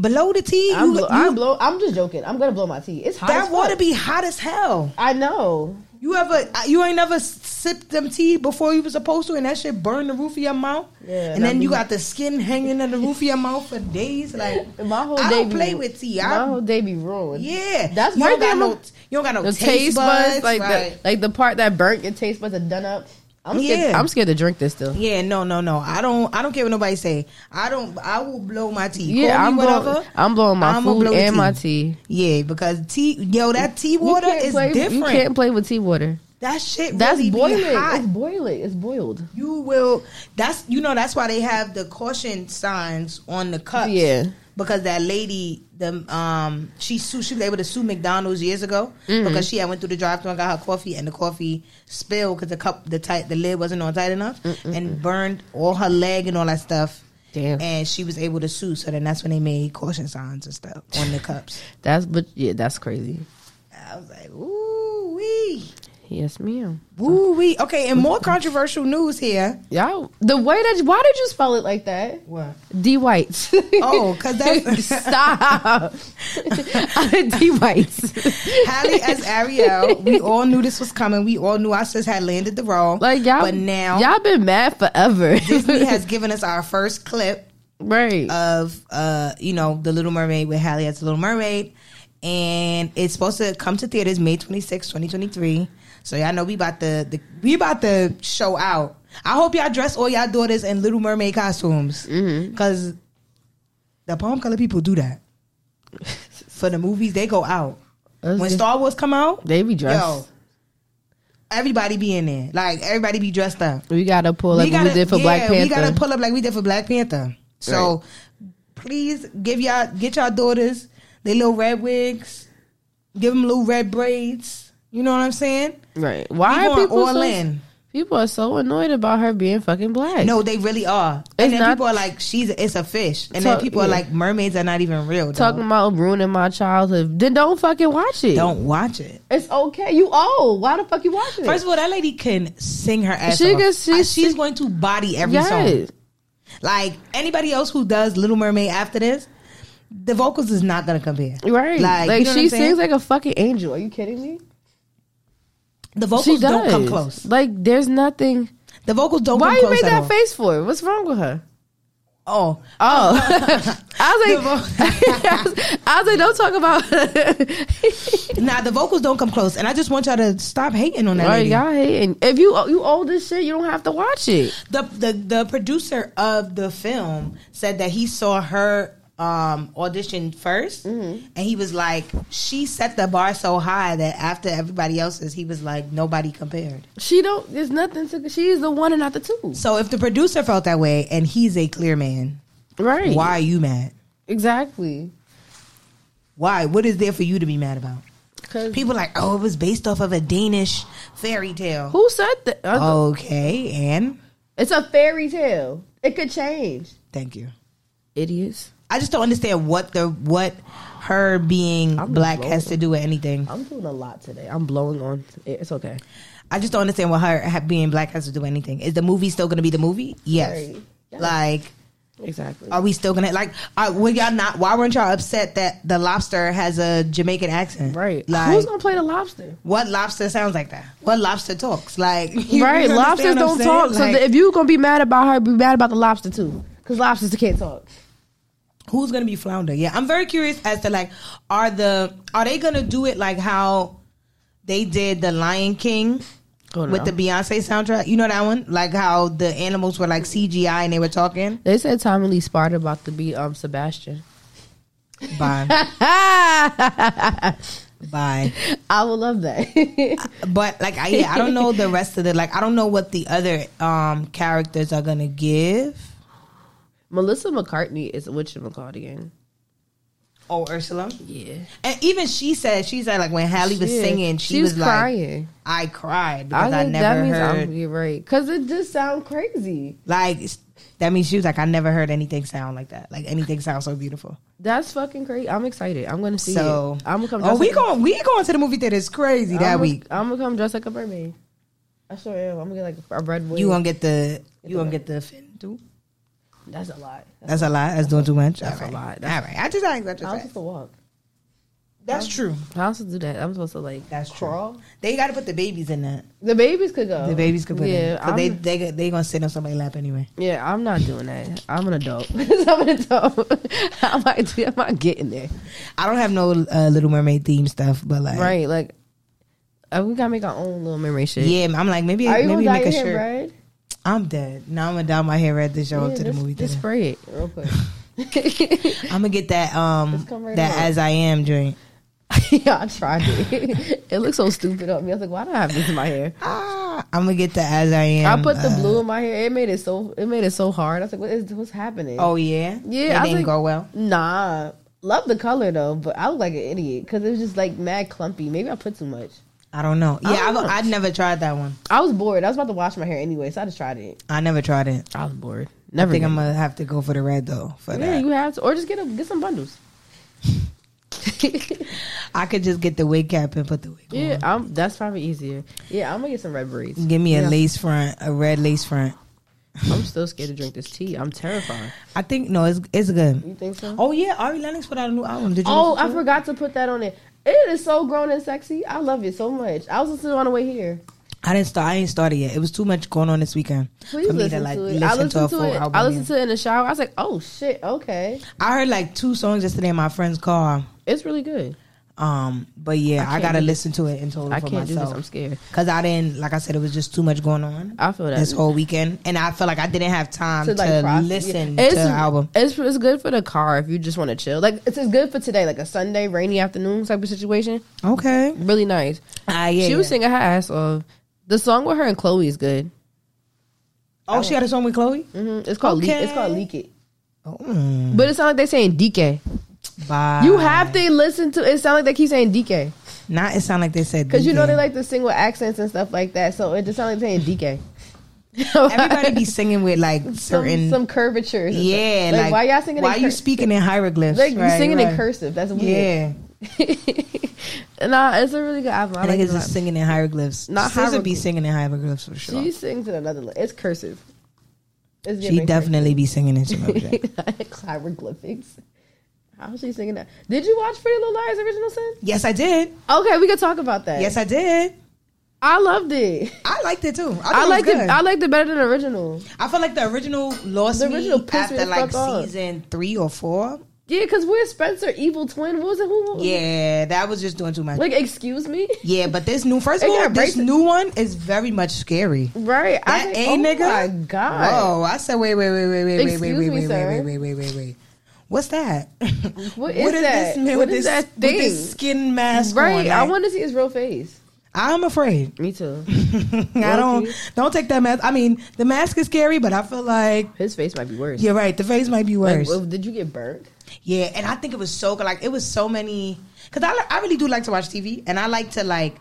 A: Below the tea,
B: I'm,
A: you,
B: blow,
A: you-
B: I'm blow. I'm just joking. I'm gonna blow my tea. It's hot.
A: that
B: as
A: water
B: fuck.
A: be hot as hell.
B: I know.
A: You ever uh, you ain't never sipped them tea before you was supposed to, and that shit burned the roof of your mouth.
B: Yeah,
A: and then
B: that
A: you
B: be-
A: got the skin hanging in the roof of your mouth for days. Like
B: My whole
A: I
B: day
A: don't
B: be-
A: play with tea.
B: my
A: I,
B: whole day be ruined.
A: yeah,
B: That's
A: you
B: my
A: don't got
B: damn-
A: no you don't got no
B: The
A: taste, buds,
B: like
A: right.
B: the like the part that burnt your taste buds are done up. I'm scared.
A: Yeah.
B: I'm scared to drink this still.
A: Yeah, no, no, no. I don't. I don't care what nobody say. I don't. I will blow my tea.
B: Yeah,
A: Call
B: I'm
A: me
B: blowing.
A: whatever.
B: I'm blowing my
A: I'ma
B: food
A: blow the
B: and
A: tea.
B: my tea.
A: Yeah, because tea, yo, that tea
B: You
A: water
B: can't
A: is
B: play- You
A: different.
B: can't play with tea water.
A: That shit
B: That's
A: really be
B: boiling.
A: hot.
B: It's boiling. It's boiled.
A: You will. That's you know. That's why they have the caution signs on the cups.
B: Yeah.
A: Because that lady, the um, she su she was able to sue McDonald's years ago
B: Mm.
A: because she had went through the drive-thru and got her coffee, and the coffee spilled because the cup, the tight, the lid wasn't on tight enough, and burned all her leg and all that stuff.
B: Damn.
A: And she was able to sue, so then that's when they made caution signs and stuff on the cups.
B: That's but yeah, that's crazy.
A: I was like, ooh wee,
B: Yes, ma'am.
A: ooh wee. Okay, and more controversial news here.
B: Y'all, the way that why did you spell it like that?
A: What?
B: D Whites.
A: Oh, 'cause that's-
B: stop. D Whites.
A: Hallie as Ariel. We all knew this was coming. We all knew our sis had landed the role.
B: Like y'all,
A: but now
B: y'all been mad forever.
A: Disney has given us our first clip
B: right.
A: of uh, you know, The Little Mermaid with Hallie as the Little Mermaid. And it's supposed to come to theaters May 26, 2023. So y'all know we about the, the we about to show out. I hope y'all dress all y'all daughters in Little Mermaid costumes. Cause the palm color people do that. For the movies, they go out.
B: That's
A: When
B: just-
A: Star Wars come out,
B: they be dressed.
A: everybody be in there. Like everybody be dressed up.
B: we gotta pull like we,
A: gotta-
B: did for
A: yeah,
B: Black Panther.
A: We gotta pull up like we did for Black Panther. So please give y'all get y'all daughters they little red wigs, give them little red braids. You know what I'm saying?
B: right.
A: We
B: Why are
A: going
B: people
A: all
B: so,
A: in.
B: People are so annoyed about her being fucking black.
A: No, they really are.
B: It's
A: and then
B: not-
A: people are like, she's it's a fish. And
B: Talk-
A: then people are
B: yeah.
A: like, mermaids are not even real. dog.
B: talking about ruining my childhood. Then don't fucking watch it.
A: Don't watch it.
B: It's okay. You old. Why the fuck you watching
A: First
B: it?
A: of all, that lady can sing her ass
B: She
A: off.
B: can-
A: I-
B: she-
A: she's
B: she-
A: going to body every song.
B: Yes.
A: Like anybody else who does Little Mermaid after this, the vocals is not gonna compare.
B: Right.
A: Like,
B: Like,
A: you know what
B: she
A: I'm saying?
B: sings like a fucking angel. Are you kidding me?
A: The vocals
B: she does.
A: don't come close.
B: Like there's nothing.
A: The vocals don't
B: Why
A: come
B: you
A: close
B: made
A: at
B: that
A: all.
B: face for? What's wrong with her?
A: Oh,
B: Oh, I was like, I was, I was like, don't talk about.
A: nah, the vocals don't come close, and I just want y'all to stop hating on that
B: Right,
A: lady.
B: y'all hating. If you you old as shit, you don't have to watch it.
A: The, the the producer of the film said that he saw her um, audition 1st
B: Mm-hmm.
A: and he was like, she set the bar so high that after everybody else's, he was like, nobody compared.
B: She don't. There's nothing to. She's the one and not the two.
A: So if the producer felt that way, and he's a clear man,
B: Right.
A: why are you mad?
B: Exactly.
A: Why? What is there for you to be mad about?
B: Because
A: People like, oh, it was based off of a Danish fairy tale.
B: who said that?
A: Oh.
B: Uh,
A: Okay, and
B: It's a fairy tale. It could change.
A: thank you.
B: Idiots.
A: I just don't understand what the what her being
B: I'm
A: black
B: blown.
A: has to do with anything.
B: I'm doing a lot today. I'm blowing on. It's okay.
A: I just don't understand what her ha- being black has to do with anything. Is the movie still going to be the movie? Yes.
B: Right. Yes.
A: Like,
B: Exactly.
A: are we still going to like? Are, were y'all not? Why weren't y'all upset that the lobster has a Jamaican accent?
B: right.
A: Like,
B: Who's gonna play the lobster?
A: what lobster sounds like that? What lobster talks like? you- you
B: right.
A: understand
B: Lobsters
A: what I'm
B: don't
A: saying?
B: talk. so
A: Like,
B: if you gonna be mad about her, be mad about the lobster too. Because lobsters can't talk.
A: who's gonna be flounder yeah i'm very curious as to like are the are they gonna do it like how they did the lion king
B: Oh, no.
A: with the beyonce soundtrack you know that one like how the animals were like cgi and they were talking
B: They said Tommy Lee Sparta about to be um Sebastian.
A: bye
B: I
A: bye
B: would love that.
A: but like i yeah, i don't know the rest of the like i don't know what the other um characters are gonna give
B: Melissa McCartney is which McCartney again?
A: oh ursula
B: Yeah,
A: and even she said she said like when hallie was singing she, was, like
B: crying.
A: i cried because
B: I, was
A: i,
B: like, that
A: never
B: means
A: heard
B: I'm you're right because it just sounds crazy.
A: Like it's- that means she was like, I never heard anything sound like that. Like anything sounds so beautiful.
B: That's fucking crazy. I'm excited. I'm gonna see
A: so
B: it. I'm gonna come.
A: Oh,
B: dressed
A: we
B: like-
A: going we going to the movie theater. It's crazy that
B: I'm
A: week.
B: i am I'm gonna come dressed like a mermaid. I sure am. I'm gonna get like a red wig.
A: You gonna get the you gonna get the fin too?
B: That's a lot.
A: That's a lot. That's doing too much.
B: That's
A: All right.
B: a lot.
A: All right. I just I ain't
B: I'm
A: that.
B: supposed to walk.
A: That's true.
B: I'm supposed to do that. I'm supposed to like
A: That's true.
B: crawl.
A: They got to put the babies in that.
B: The babies could go.
A: The babies could put
B: Uh, yeah,
A: yeah, in. 'Cause
B: I'm-
A: they they they gonna sit on somebody's lap anyway.
B: Yeah, I'm not doing that. I'm an adult. I'm an adult. I'm not, I'm not getting there.
A: I don't have no uh, Little Mermaid theme stuff, but like
B: Right? Like, uh, we gotta make our own little memory shit.
A: yeah, I'm like maybe
B: Are you
A: maybe
B: gonna dye
A: make
B: your
A: a
B: hair
A: shirt.
B: red?
A: I'm dead. Now I'm gonna dye my hair red to show up
B: Yeah,
A: to the
B: just-
A: movie
B: Just
A: theater.
B: spray it real quick.
A: I'm gonna get that um
B: Just come right
A: that
B: out.
A: as I am drink.
B: yeah, I tried it. it looks so stupid on me. I was like, why do I have this in my hair?
A: Ah, I'm gonna get the as I am.
B: I put the
A: uh,
B: blue in my hair. It made it so. It made it so hard. I was like, what is what's happening?
A: Oh yeah,
B: Yeah,
A: It
B: I was
A: didn't
B: like-
A: go well.
B: nah. Love the color though, but I look like an idiot because it was just like mad clumpy. Maybe I put too much.
A: I don't know. Yeah,
B: I
A: I
B: don't know.
A: I, would never tried that one.
B: I was bored. I was about to wash my hair anyway, so I just tried it.
A: I never tried it.
B: I was bored.
A: I
B: Never.
A: think I'm gonna have to go for the red though. For
B: Yeah,
A: that,
B: you have to, or just get a, get some bundles.
A: I could just get the wig cap and put the wig.
B: yeah, I'm, that's probably easier. Yeah, I'm gonna get some red braids.
A: on. Give me a
B: Yeah.
A: lace front, a red lace front.
B: I'm still scared to drink this tea. I'm terrified.
A: I think no, it's it's good.
B: You think so? Oh,
A: Oh yeah, Ari Lennox put out a new album. Did you?
B: I
A: listen to it?
B: forgot to put that on it. It is so grown and sexy. I love it so much. I was listening on the way here.
A: I didn't start. I ain't started yet. It was too much going on this weekend
B: Please
A: for me
B: listen
A: to like
B: to it.
A: listen
B: I listened
A: to a
B: to,
A: full
B: it.
A: album.
B: I listened to it in the shower. I was like, oh shit, okay,
A: I heard like two songs yesterday in my friend's car.
B: it's really good.
A: Um, but yeah,
B: I
A: I,
B: can't
A: gotta
B: do
A: listen to it in total
B: I
A: for
B: can't do this. I'm
A: myself.
B: scared.
A: Cause I didn't, like I said, it was just too much going on
B: I feel that
A: this whole weekend, and I felt like I didn't have time to,
B: process-
A: listen
B: yeah.
A: to the album.
B: It's it's good for the car if you just want to chill. Like it's, it's good for today, like a Sunday rainy afternoon type of situation.
A: Okay,
B: Really nice.
A: ah, yeah,
B: she was
A: yeah.
B: singing her ass off. The song with her and Chloe is good.
A: Oh, she got a song with Chloe.
B: hmm It's called leak.
A: Okay.
B: It's called leak it.
A: Oh, mm.
B: But it sounds like they saying DK.
A: bye.
B: You have to listen to. It sounds like they keep saying DK.
A: Not it sound like they said
B: Because you know
A: DK.
B: they like to sing with accents and stuff like that, so it just sounds like they're saying DK.
A: everybody be singing with like certain
B: some, some curvatures. and
A: yeah.
B: stuff. like, why y'all singing?
A: Why
B: in
A: you
B: cur-
A: speaking in hieroglyphs?
B: Like you
A: Right,
B: singing in
A: right.
B: cursive. That's weird.
A: Yeah,
B: Yeah. nah, it's a really good album. I,
A: I
B: like
A: think
B: it
A: it's
B: a
A: just
B: lot.
A: singing in hieroglyphs.
B: Not
A: SZA be
B: hieroglyphs.
A: singing in hieroglyphs for sure.
B: She sings in another. Li- it's cursive. It's
A: She
B: giving
A: definitely be singing in Jamaican.
B: cursive. hieroglyphics. How is she singing that? Did you watch Pretty Little Liars original sin?
A: yes, I did.
B: Okay, we could talk about that.
A: Yes, I did.
B: I loved it.
A: I liked it too. I,
B: I
A: liked
B: liked
A: good.
B: it. I liked it better than the original.
A: I feel like the original lost
B: The original
A: me
B: pissed
A: after
B: me the
A: like
B: fuck off.
A: season three or four.
B: Yeah, because we're Spencer, evil twin. What was it? Who?
A: Yeah, that was just doing too much.
B: Like, excuse me.
A: yeah, but this new first of
B: It
A: all,
B: got
A: this
B: racist.
A: new one is very much scary.
B: Right.
A: That
B: think,
A: a
B: oh
A: nigga.
B: my god.
A: Whoa! I said, wait, wait, wait, wait, wait, wait, wait,
B: Excuse
A: wait,
B: me,
A: wait,
B: sir.
A: wait, wait, wait, wait, wait. What's that?
B: What is that? What is that
A: With this
B: thing?
A: skin mask
B: Right.
A: on?
B: I
A: Like,
B: want to see his real face.
A: I'm afraid.
B: Me too.
A: I don't don't take that mask. I mean, the mask is scary, but I feel like
B: His face might be worse.
A: you're right. The face might be
B: Like,
A: worse.
B: well, did you get burnt?
A: Yeah, and I think it was so good. Like it was so many because I li- I really do like to watch TV, and I like to like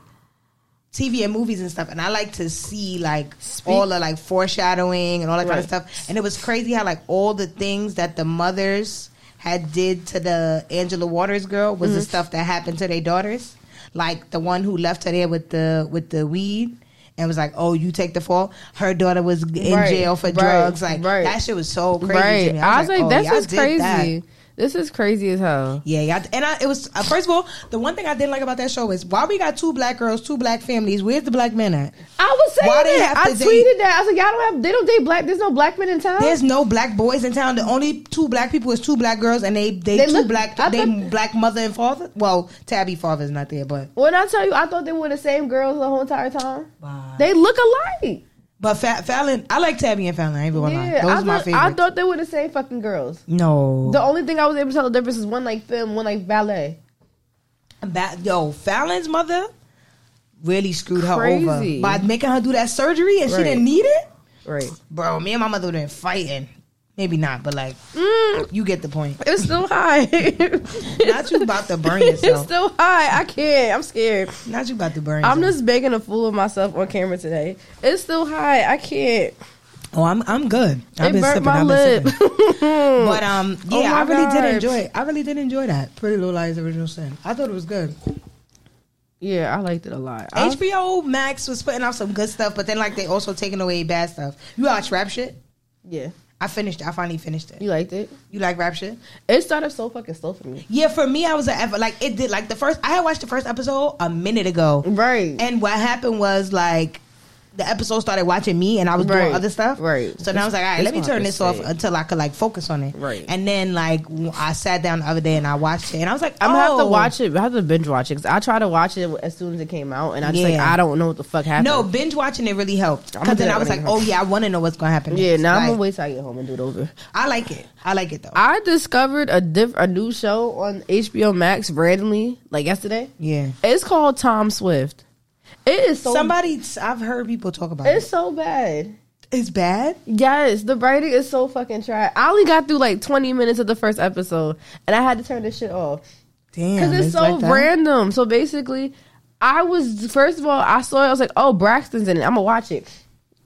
A: TV and movies and stuff, and I like to see like all the like foreshadowing and all that kind of
B: Right.
A: stuff. And it was crazy how like all the things that the mothers had did to the Angela Waters girl was the
B: Mm-hmm.
A: stuff that happened to their daughters. Like the one who left her there with the with the weed. And was like, oh, you take the fall. Her daughter was in
B: Right,
A: jail for
B: right,
A: drugs. Like
B: right.
A: that shit was so crazy.
B: right.
A: To me.
B: I was like,
A: oh,
B: that's
A: y'all
B: just
A: did
B: crazy.
A: that.
B: This is crazy as hell.
A: Yeah, yeah, and I, it was uh, first of all the one thing I didn't like about that show is why we got two black girls, two black families. Where's the black men at?
B: I was saying
A: Why they have
B: that. I
A: to
B: tweeted
A: date-
B: that. I was like, y'all don't have. They don't date black. There's no black men in town.
A: There's no black boys in town. The only two black people is two black girls, and they they,
B: They
A: two
B: look-
A: black
B: I
A: they
B: thought-
A: black mother and father. Well, Tabby father's not there, but
B: when I tell you, I thought they were the same girls the whole entire time.
A: Wow.
B: They look alike.
A: but Fa- Fallon, I like Tabby and Fallon. I ain't gonna lie.
B: Yeah,
A: those
B: I
A: are my
B: thought,
A: favorite.
B: I thought they were the same fucking girls.
A: no,
B: The only thing I was able to tell the difference is one like film, one like ballet.
A: Ba- yo Fallon's mother really screwed her over
B: Crazy.
A: by making her do that surgery, and she
B: Right.
A: didn't need it.
B: Right.
A: Bro, me and my mother been fighting. Maybe not, but like
B: Mm.
A: you get the point.
B: It's still high.
A: Not you about to burn
B: It's
A: yourself.
B: still high. I can't. I'm scared.
A: Not you about to burn.
B: I'm
A: yourself.
B: just making a fool of myself on camera today. It's still high. I can't.
A: Oh, I'm I'm good. I've
B: It
A: been
B: burnt
A: sipping.
B: my
A: I've been
B: lip.
A: sipping. But um, yeah,
B: Oh my
A: I really did
B: God.
A: enjoy. I really did enjoy that Pretty Little Lies original sin. I thought it was good.
B: yeah, I liked it a lot. I-
A: HBO Max was putting out some good stuff, but then like they also taking away bad stuff. You watch rap shit?
B: yeah,
A: I finished. it. I finally finished it.
B: you liked it.
A: You like rap shit?
B: It started so fucking slow for me.
A: Yeah, for me, I was a ever like it did like the first. I had watched the first episode a minute ago.
B: Right.
A: And what happened was like the episode started watching me and I was doing
B: Right,
A: other stuff.
B: right.
A: So then I was like, all right,
B: it's
A: let me
B: gonna
A: turn
B: be
A: this off
B: safe.
A: until I could like focus on it.
B: Right.
A: And then like w- I sat down the other day and I watched it and I was like,
B: I'm gonna have to
A: oh.
B: watch it. I have to binge watch it 'cause I tried to watch it as soon as it came out, and I just like
A: Yeah.
B: I don't know what the fuck happened.
A: No, binge watching it really helped.
B: I'ma
A: Because
B: do
A: then
B: that
A: I was
B: when
A: like,
B: I
A: oh
B: get
A: yeah, I want to know what's going to happen.
B: yeah,
A: next.
B: now I'm
A: Like,
B: gonna wait till I get home and do it over.
A: I like it. I like it though.
B: I discovered a diff a new show on HBO Max randomly, like yesterday.
A: yeah.
B: It's called Tom Swift. It is so
A: Somebody, I've heard people talk about
B: It's
A: it.
B: so bad.
A: It's bad.
B: Yes, the writing is so fucking trash. I only got through like 20 minutes of the first episode, and I had to turn this shit off
A: Damn.
B: because it's so
A: like that?
B: random. So basically, I was first of all, I saw it. I was like, "Oh, Braxton's in it. I'm gonna watch it."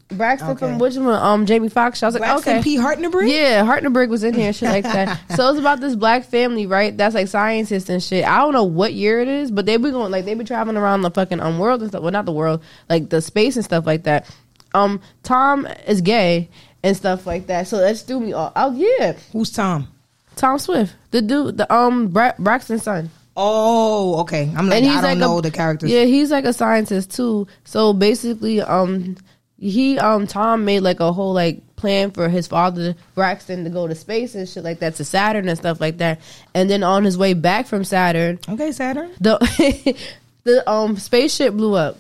B: Braxton
A: Okay.
B: from which one? Um, Jamie Foxx. show. I was like,
A: Braxton
B: "Okay."
A: P. Hartnebreed?
B: Yeah, Hartenberg was in here and shit like that. so it's about this black family, right? That's like scientists and shit. I don't know what year it is, but they be going like they be traveling around the fucking um world and stuff. Well, not the world, like the space and stuff like that. Um, Tom is gay and stuff like that. So that's threw me off. Oh yeah,
A: Who's Tom?
B: Tom Swift, the dude, the um Bra- Braxton's son.
A: Oh, okay. I'm like,
B: And
A: I
B: he's
A: don't
B: like a-
A: know the characters.
B: Yeah, he's like a scientist too. So basically, um, he um Tom made like a whole like plan for his father Braxton to go to space and shit like that to Saturn and stuff like that. And then on his way back from Saturn,
A: Okay, Saturn.
B: the the um spaceship blew up,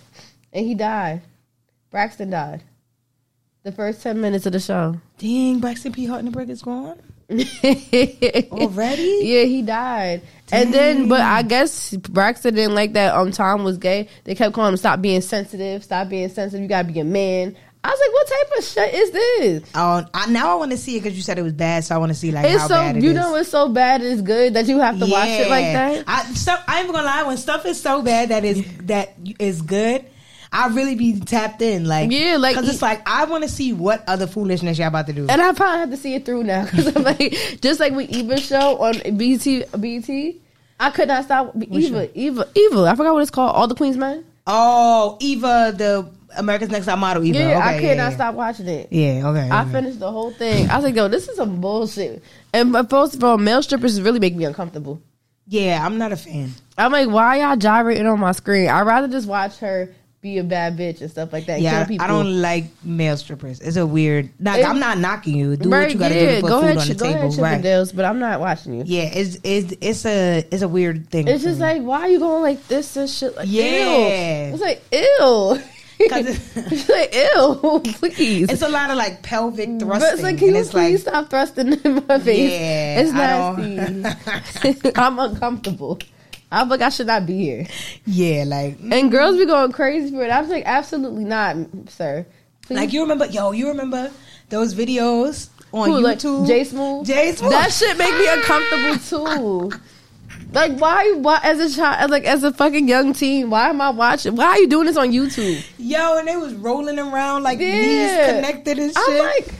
B: and he died. Braxton died. The first ten minutes of the show.
A: Dang, Braxton P. Hartnebreck is gone
B: Already?
A: already.
B: Yeah, he died. And then, but I guess Braxton didn't like that um Tom was gay. They kept calling him, stop being sensitive, stop being sensitive, you gotta be a man. I was like, what type of shit is this?
A: Oh, I, now I want to see it because you said it was bad, so I want to see like
B: It's
A: how
B: so
A: bad it
B: you
A: is.
B: know it's so bad it's good that you have to watch it like that.
A: I, so, I ain't gonna lie. When stuff is so bad that is that is good, I really be tapped in. Like
B: Yeah, like- e
A: because it's like I want to see what other foolishness y'all about to do.
B: And I probably have to see it through now because I'm like, just like with Eva show on BT, BT, I could not stop Eva, Eva, Eva. I forgot what it's called. All the Queens Men.
A: oh, Eva, the America's Next Top Model. Eva,
B: Yeah,
A: okay,
B: I could
A: yeah,
B: not
A: yeah.
B: stop watching it.
A: Yeah, okay.
B: I
A: okay.
B: finished the whole thing. I was like, yo, this is some bullshit. And but first of all, male strippers really make me uncomfortable.
A: yeah, I'm not a fan.
B: I'm like, why y'all gyrating on my screen? I'd rather just watch her be a bad bitch and stuff like that. and
A: Yeah,
B: kill
A: I-
B: people.
A: I don't like male strippers. It's a weird. Like,
B: It-
A: I'm not knocking you. Do what you got to do to put
B: go
A: food
B: ahead,
A: on the
B: go
A: table.
B: ahead, Chip
A: right?
B: and Dale's, but I'm not watching you.
A: Yeah, it's it's it's a it's a weird thing.
B: It's
A: for
B: just
A: me.
B: like, why are you going like this and shit? Like,
A: Yeah.
B: ew. It's like, ew.
A: 'Cause it's-
B: it's like, ew, please.
A: it's a lot of like pelvic
B: But
A: thrusting.
B: it's like, can
A: and
B: you
A: it's like,
B: please stop thrusting in my face?
A: Yeah,
B: it's
A: I
B: nasty. I'm uncomfortable. I'm like, I should not be here.
A: yeah, like mm,
B: And girls be going crazy for it. I was like, absolutely not, sir. Please.
A: like you remember, yo, you remember those videos on
B: Who, like,
A: YouTube?
B: Jay Smooth?
A: Jay Smooth.
B: That shit make me uncomfortable too. Like why? Why as a child? Like as a fucking young teen? Why am I watching? Why are you doing this on YouTube?
A: yo, and they was rolling around like
B: Yeah.
A: knees connected and shit.
B: I'm like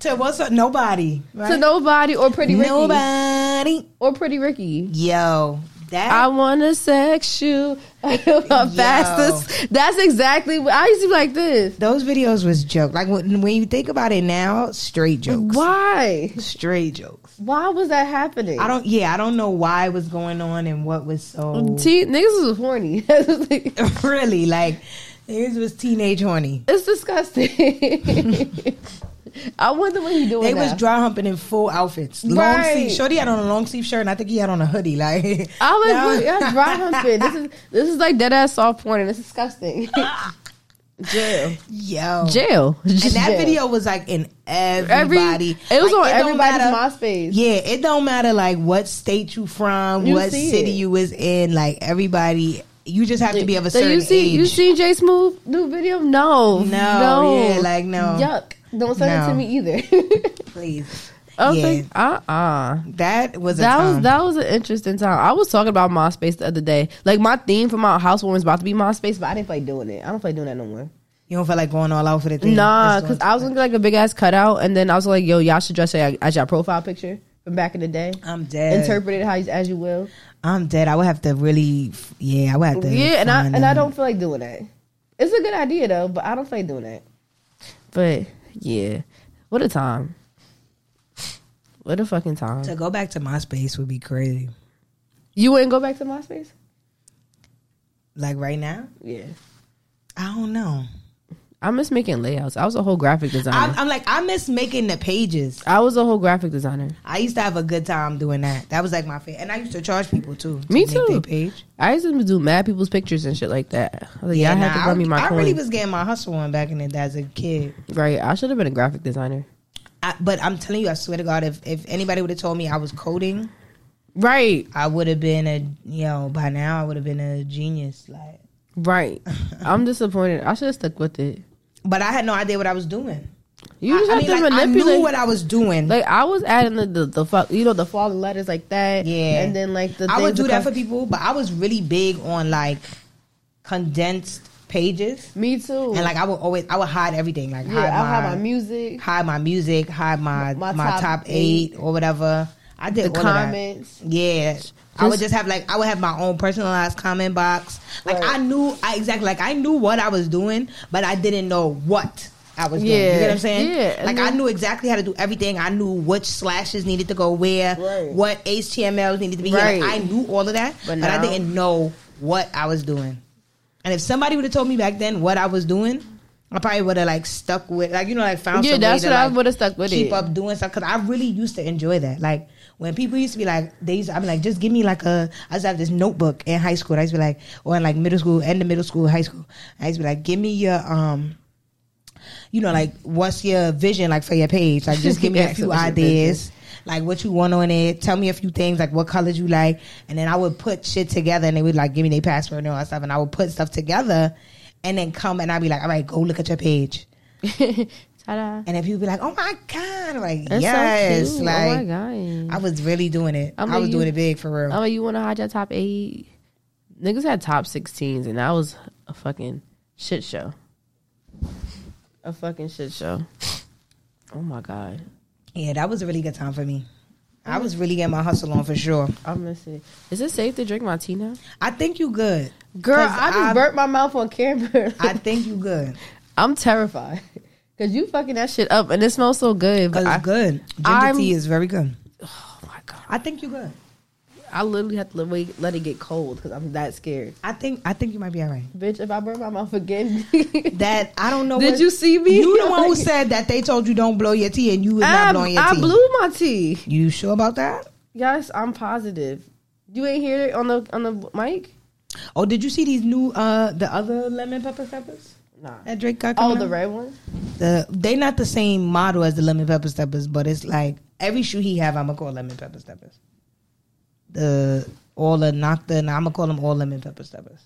A: to what's up? Nobody. Right?
B: to nobody or pretty Ricky
A: nobody.
B: or pretty Ricky.
A: Yo, that
B: I wanna sex you fastest. That's exactly what I used to be like this.
A: those videos was joke. Like when, when you think about it now, straight jokes.
B: Why?
A: Straight jokes.
B: Why was that happening?
A: I don't. Yeah, I don't know why it was going on and what was so
B: Teen Um, niggas was horny.
A: really like. This was teenage horny.
B: It's disgusting. I wonder what he doing.
A: They
B: now.
A: was dry humping in full outfits, long
B: Right.
A: sleeve. Shorty had on a long sleeve shirt, and I think he had on a hoodie. Like
B: I was
A: Now-
B: like, that's dry humping. This is this is like dead ass soft porn, and it's disgusting. jail,
A: yo.
B: jail,
A: and that video was like in
B: Every
A: everybody.
B: it was
A: Like,
B: on
A: don't
B: everybody's
A: matter-
B: MySpace.
A: Yeah, it don't matter like what state you from,
B: You
A: what
B: see
A: city
B: it.
A: you was in. Like everybody, you just have to be of a
B: So
A: certain
B: you see,
A: age.
B: you see Jay Smooth new video? No,
A: no, yeah, like no,
B: yuck. Don't send it
A: No.
B: to me either.
A: please.
B: I was
A: Yeah.
B: like, uh uh
A: That was a
B: That was
A: time.
B: that was an interesting time. I was talking about MySpace the other day. Like my theme for my housewarming was about to be MySpace, but I didn't play doing it. I don't play doing that no more.
A: you don't feel like going all out for the thing.
B: Nah,
A: That's
B: because
A: going-
B: I was gonna get like a big ass cutout, and then I was like, "Yo, y'all should dress it as your profile picture from back in the day.
A: I'm dead.
B: Interpret it how you, as you will."
A: I'm dead. I would have to really, yeah, I would have to.
B: yeah, and I
A: find
B: and I
A: a-
B: don't feel like doing that. It's a good idea though, but I don't feel like doing that. But yeah, what a time! What a fucking time!
A: To go back to MySpace would be crazy.
B: You wouldn't go back to MySpace?
A: Like right now,
B: Yeah,
A: I don't know.
B: I miss making layouts. I was a whole graphic
A: I'm,
B: designer.
A: I'm like I miss making the pages.
B: I was a whole graphic designer.
A: I used to have a good time doing that. That was like my favorite, and I used to charge people too. to
B: Me
A: make
B: too.
A: their page.
B: I used to do mad people's pictures and shit like that. I was like, yeah, I had
A: nah,
B: to run me my
A: I
B: coin.
A: really was getting my hustle on back in the day as a kid.
B: right, I should have been a graphic designer.
A: I, but I'm telling you, I swear to God, if if anybody would have told me I was coding,
B: Right,
A: I would have been a you know by now I would have been a genius. Like,
B: right. I'm disappointed. I should have stuck with it.
A: but I had no idea what I was doing.
B: You just
A: I, I
B: have
A: mean,
B: to
A: like, I
B: manipulate.
A: knew what I was doing.
B: like I was adding the the, the fuck, you know, the falling letters like that.
A: Yeah.
B: and then like the
A: I would
B: things
A: do that for
B: across-
A: people, but I was really big on like condensed pages,
B: me too.
A: and like I would always I would hide everything, like
B: yeah,
A: hide,
B: I
A: my,
B: have my music,
A: hide my music, hide my
B: My
A: my,
B: top
A: top, eight. or whatever. I did
B: the
A: all Of
B: comments.
A: that. Yeah. I would
B: Just-
A: just have like I would have my own personalized comment box. Like
B: Right.
A: I knew I exactly like I knew what I was doing, but I didn't know what I was doing. You
B: Yeah.
A: get what I'm saying?
B: Yeah, and
A: Like I
B: then-
A: knew exactly how to do everything. I knew which slashes needed to go where,
B: Right.
A: what HTMLs needed to be. here. Like,
B: Right.
A: I knew all of that, but,
B: But now-
A: I didn't know what I was doing. And if somebody would have told me back then what I was doing, I probably would have like stuck with like you know like found
B: Yeah,
A: some
B: that's
A: way
B: what
A: to,
B: I
A: like,
B: would've stuck with
A: keep
B: it.
A: up doing stuff because I really used to enjoy that. Like when people used to be like they used, to, I'm like just give me like a I used to have this notebook in high school. And I used to be like or in like middle school and the middle school high school. I used to be like give me your um. You know, like what's your vision like for your page? Like, just give me
B: Yeah,
A: a
B: so
A: few
B: what's your
A: ideas, like what you want on it. Tell me a few things, like what colors you like, and then I would put shit together, and they would like give me their password and all that stuff, and I would put stuff together, and then come and I'd be like, all right, go look at your page,
B: Ta-da.
A: And then people be like, "Oh my god!" I'm like,
B: That's so
A: yes,
B: cute.
A: like
B: oh my god.
A: I was really doing it.
B: I'm
A: i was
B: like,
A: doing
B: you-
A: it big for real.
B: Oh, you want to hide your top eight? Niggas had top 16s, and that was a fucking shit show. A fucking shit show. Oh my god,
A: yeah, that was a really good time for me. I was really getting my hustle on for sure.
B: I miss it. Is it safe to drink martini?
A: I think you good.
B: Girl,
A: 'Cause
B: I just
A: I-
B: burnt my mouth on camera.
A: I think you good
B: I'm terrified because you fucking that shit up, and it smells so good.
A: because
B: But I,
A: it's good. Ginger
B: I'm-
A: tea is very good.
B: oh my god,
A: I think you good.
B: I literally have to let- wait, let it get cold because I'm that scared.
A: I think I think you might be all right.
B: Bitch, if I burn my mouth again,
A: That I don't know.
B: Did
A: what-
B: you see me?
A: You the one who
B: Like-
A: said that they told you don't blow your tea and you was
B: I,
A: not blowing your
B: I
A: tea.
B: blew my tea.
A: You sure about that?
B: Yes, I'm positive. You ain't hear it on the on the mic?
A: Oh, did you see these new uh the other lemon pepper peppers
B: Nah.
A: that Drake got?
B: Oh,
A: coming
B: the
A: out?
B: red one.
A: The they not the same model as the lemon pepper steppers, but it's like every shoe he have, I'ma call lemon pepper steppers. The all the knocked and I'ma call them all lemon pepper steppers.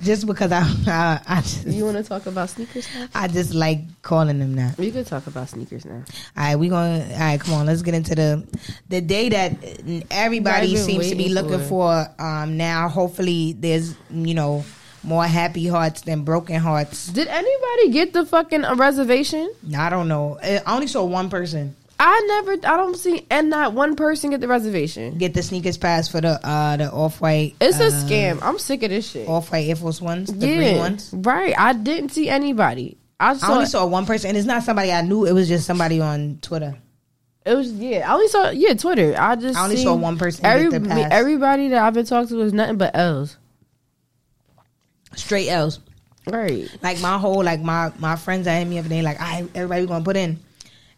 A: just because I I, I just,
B: You want to talk about sneakers now?
A: I just like calling them that.
B: We could talk about sneakers
A: All
B: now.
A: right, we going. All right, come on. Let's get into the the day that everybody
B: I've been
A: seems to be
B: waiting
A: looking for. um, now, hopefully, there's you know more happy hearts than broken hearts.
B: Did anybody get the fucking uh, reservation?
A: I don't know. I only saw one person
B: I never. I don't see and not one person get the reservation.
A: get the sneakers pass for the uh the off white.
B: It's a scam. I'm sick of this shit.
A: Off white Air Force ones, Uh, the green
B: Yeah,
A: ones.
B: right. I didn't see anybody. I
A: I
B: saw.
A: only saw one person, and it's not somebody I knew. It was just somebody on Twitter.
B: it was yeah. I only saw yeah Twitter. I just
A: I only
B: seen
A: saw one person
B: Every,
A: get the pass.
B: everybody that I've been talking to is nothing but L's.
A: Straight L's.
B: Right.
A: like my whole like my my friends that hit me up and they like, I everybody we gonna put in.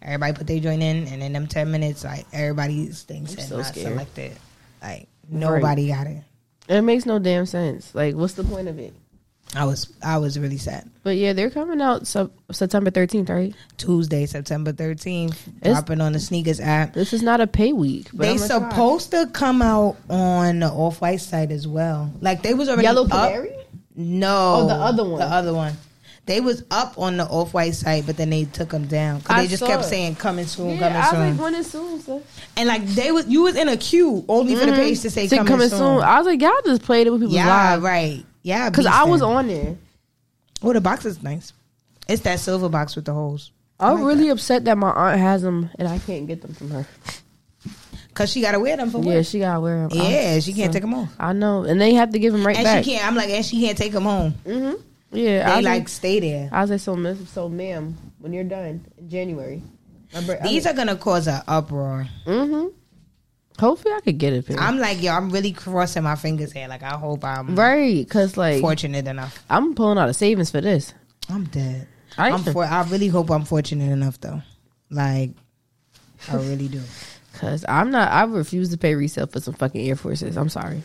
A: Everybody put their joint in, and in them ten minutes, like everybody's things and
B: so
A: not
B: scared.
A: selected. Like nobody got it.
B: It makes no damn sense. Like, what's the point of it?
A: I was I was really sad.
B: But yeah, they're coming out sub- September 13th, right?
A: Tuesday, September thirteenth,
B: It's-
A: dropping on the sneakers app.
B: This is not a pay week. But
A: they
B: I'm gonna try.
A: supposed to come out on the off white site as well. Like they was already
B: Yellow
A: up.
B: Canary?
A: No,
B: Oh, the other one.
A: The other one. They was up on the off white site, but then they took them down 'Cause
B: I
A: they just
B: saw
A: kept
B: it.
A: saying coming soon, coming
B: Yeah, I
A: soon.
B: was like, when is soon? So.
A: And like they was, you was in a queue only for the page to say
B: Mm-hmm. Say
A: coming, soon.
B: I was like, y'all just played it with people
A: Yeah,
B: live.
A: right. Yeah,
B: Because I was
A: beastin'.
B: on there.
A: Oh, the box is nice. It's that silver box with the holes.
B: I'm
A: like
B: really upset that my aunt has them and I can't get them from her.
A: Cause she gotta wear them for
B: Yeah,
A: Oh, what?
B: she gotta wear them. I-
A: Yeah, she can't
B: so-
A: take them off.
B: I know, and they have to give them right
A: And
B: back.
A: she can't. I'm like, and she can't take them home.
B: Mm-hmm. Yeah,
A: They
B: I was
A: like stay there.
B: I was like, so, miss, so, ma'am, when you're done in January,
A: These are gonna cause an uproar.
B: Mm-hmm. Hopefully, I could get it. Babe.
A: I'm like, yo, I'm really crossing my fingers here. Like, I hope I'm
B: Right, cause like
A: fortunate enough.
B: I'm pulling out of savings for this.
A: I'm dead.
B: I
A: I'm for, I really hope I'm fortunate enough though. Like, I really do.
B: cause I'm not. I refuse to pay resale for some fucking Air Forces. I'm sorry.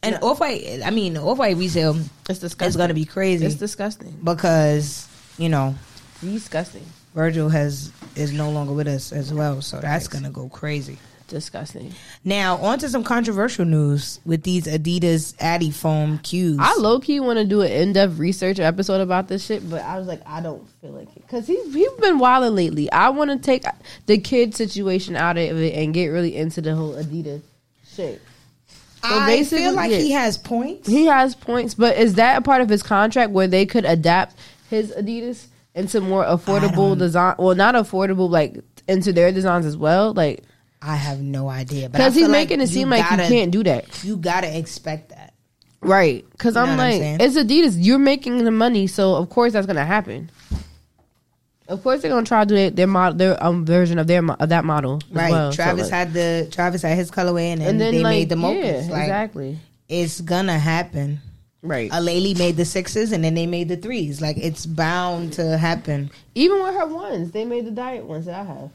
A: And off white, I mean, off white resale
B: It's
A: is
B: disgusting.
A: gonna be crazy.
B: It's disgusting.
A: because you know
B: Disgusting.
A: Virgil has is no longer with us as well, so that's gonna go crazy.
B: Disgusting.
A: Now on to some controversial news with these Adidas Addy foam cues.
B: I low key want to do an in depth research episode about this shit, but I was like, I don't feel like it because he's he's been wilding lately. I want to take the kid situation out of it and get really into the whole Adidas shit.
A: I
B: basically,
A: feel like
B: yeah.
A: he has points.
B: He has points, but is that a part of his contract where they could adapt his Adidas into more affordable design? Well, not affordable, like into their designs as well, like
A: I have no idea, but I
B: because he's
A: feel
B: making it
A: you
B: seem like
A: gotta,
B: you can't do that,
A: You gotta expect that.
B: right? Because
A: You know
B: I'm
A: what I'm
B: like,
A: saying?
B: it's Adidas. You're making the money, so of course that's gonna happen. Of course they're gonna try to do their their, mod, their um version of their mo- of that model, as
A: Right,
B: well, so,
A: Travis
B: like-
A: had the Travis had his colorway, and, then
B: and then
A: they
B: like,
A: made the mochas.
B: yeah,
A: like
B: exactly, Uh,
A: it's gonna happen.
B: right.
A: Aleli made the sixes, and then they made the threes. Like it's bound to happen.
B: Even with her ones, they made the diet ones that I have.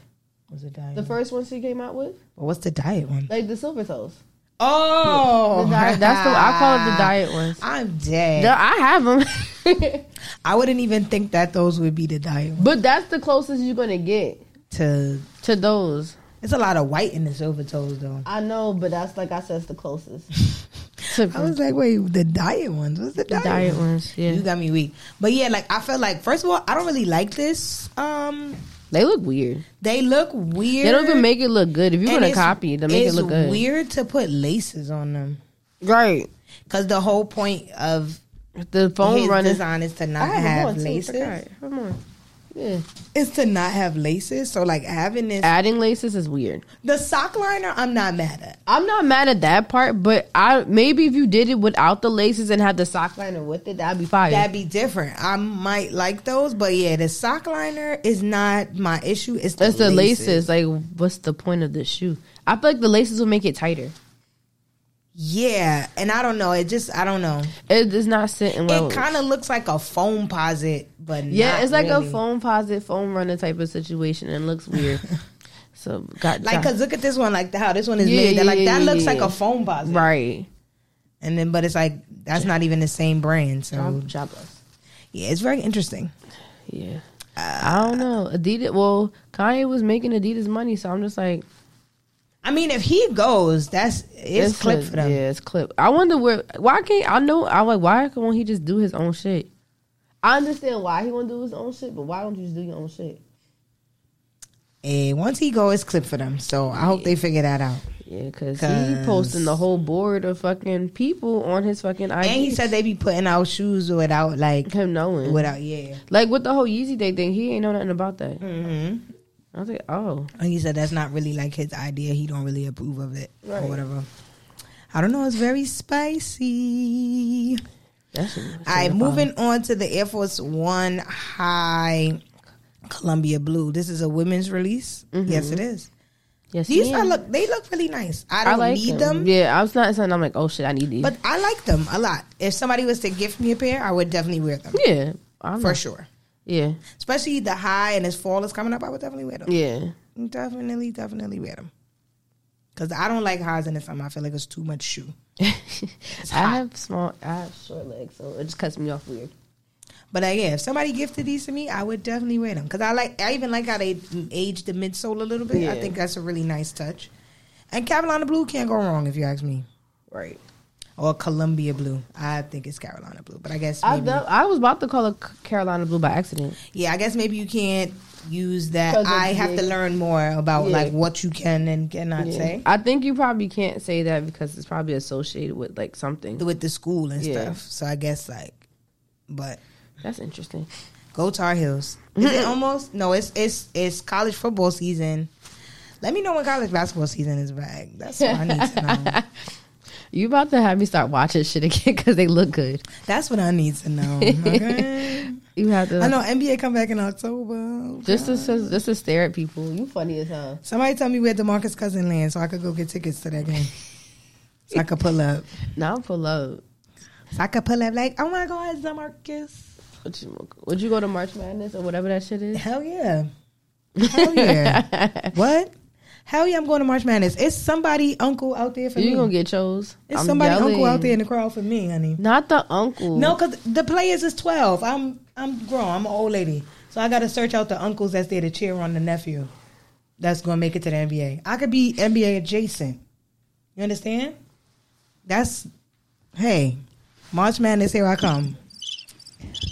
A: What's the diet?
B: The first ones she came out with.
A: What's the diet one?
B: Like the silver toes.
A: Oh,
B: The diet, that's the I call it the diet ones.
A: I'm dead.
B: No, I have them,
A: I wouldn't even think that those would be the diet ones.
B: but that's the closest you're gonna get
A: To
B: to those.
A: it's a lot of white in the silver toes though.
B: I know, but that's like I said, it's the closest.
A: I was like, wait, the diet ones? What's the
B: the
A: diet?
B: diet
A: one?
B: ones. Yeah,
A: You got me weak. But yeah, like I felt like first of all, I don't really like this. Um,
B: they look weird.
A: they look weird.
B: They don't even make it look good. If you
A: And
B: want to
A: it's-
B: copy, they make it
A: it's
B: look good.
A: Weird to put laces on them
B: Right.
A: because the whole point of
B: The phone
A: his
B: running.
A: design is to
B: I
A: not
B: have,
A: have,
B: one
A: laces.
B: laces. Come on. Yeah.
A: It's to not have laces. So like having this,
B: Adding laces is weird.
A: the sock liner, I'm not mad at.
B: I'm not mad at that part, but I maybe if you did it without the laces and had the sock liner with it, that'd be fire.
A: That'd be different. I might like those, but yeah, the sock liner is not my issue. It's the,
B: That's the
A: laces.
B: laces. Like, what's the point of the shoe? I feel like the laces will make it tighter.
A: Yeah, and I don't know. It just I don't know.
B: It is not sitting well.
A: it kind of looks like a foam posit, but
B: yeah,
A: not
B: it's like
A: really.
B: a foam posit, foam runner type of situation, and it looks weird. so got
A: Like, cause look at this one, like how this one is
B: Yeah,
A: made. That, like
B: yeah,
A: that
B: yeah,
A: looks
B: yeah.
A: like a foam posit,
B: right.
A: and then but it's like that's not even the same brand. So
B: Job, job loss.
A: yeah, it's very interesting.
B: Yeah, I don't know. Adidas. Well, Kanye was making Adidas money, so I'm just like,
A: I mean, if he goes, that's it's, clip
B: a-
A: for them.
B: Yeah, it's clip. I wonder where. Why can't I know? I'm like, why won't he just do his own shit? I understand why he want to do his own shit, but why don't you just do your own shit?
A: And once he goes, it's clip for them. So I hope they figure that out.
B: Yeah, cause, he
A: 'Cause-
B: posting the whole board of fucking people on his fucking IG.
A: And he said they be putting out shoes without like
B: him knowing,
A: without yeah.
B: like with the whole Yeezy Day thing, he ain't know nothing about that.
A: Mm-hmm.
B: I was like, oh,
A: And he said that's not really like his idea. He don't really approve of it
B: Right.
A: or whatever. I don't know. It's very spicy.
B: that's.
A: All right, moving on to the Air Force One High Columbia Blue. This is a women's release.
B: Mm-hmm.
A: Yes, it is.
B: Yes,
A: These
B: ma'am.
A: are look. They look really nice. I
B: I
A: don't
B: like
A: need
B: them.
A: them,
B: Yeah, I was not saying I'm like, oh shit, I need these.
A: but I like them a lot. If somebody was to gift me a pair, I would definitely wear them
B: yeah, I'm
A: for
B: not-
A: sure.
B: Yeah,
A: Especially the high and as fall is coming up, I would definitely wear them.
B: yeah.
A: Definitely, definitely wear them. Cause I don't like highs in the summer. I feel like it's too much shoe.
B: I
A: hot.
B: have small, I have short legs, so it just cuts me off weird.
A: But uh, yeah, if somebody gifted these to me, I would definitely wear them because I like. I even like how they aged the midsole a little bit. I
B: Yeah.
A: think that's a really nice touch. And Carolina blue can't go wrong if you ask me.
B: Right.
A: Or Columbia blue. I think it's Carolina blue, but I guess
B: I
A: maybe,
B: thought- I was about to call it Carolina Blue by accident.
A: yeah, I guess maybe you can't use that.
B: 'Cause of
A: I have to
B: the-
A: learn more about
B: Yeah.
A: like what you can and cannot
B: Yeah.
A: say
B: I think you probably can't say that because it's probably associated with like something.
A: with the school and
B: Yeah.
A: stuff. So I guess like, but
B: That's interesting.
A: Go Tar Heels. Is it almost? No, it's it's it's college football season. Let me know when college basketball season is back. That's what I need to know.
B: You about to have me start watching shit again because they look good.
A: That's what I need to know. Okay?
B: You have to
A: I know NBA come back in October.
B: just to just to stare at people. You funny as hell.
A: Somebody tell me where Demarcus Cousin land so I could go get tickets to that game. So I could pull up.
B: Now I'm full up.
A: So I could pull up like, oh my God, it's Demarcus.
B: What you, would you go to March Madness or whatever that shit is?
A: Hell yeah. Hell yeah. what? Hell yeah, I'm going to March Madness. It's somebody uncle out there for
B: You
A: me.
B: gonna get chose?
A: it's
B: I'm
A: somebody uncle
B: yelling.
A: out there in the crowd for me, honey.
B: Not the uncle.
A: No, because the players is twelve. I'm I'm grown. I'm an old lady, so I gotta search out the uncles that's there to cheer on the nephew. That's gonna make it to the NBA. I could be NBA adjacent. You understand? That's hey, March Madness here I come.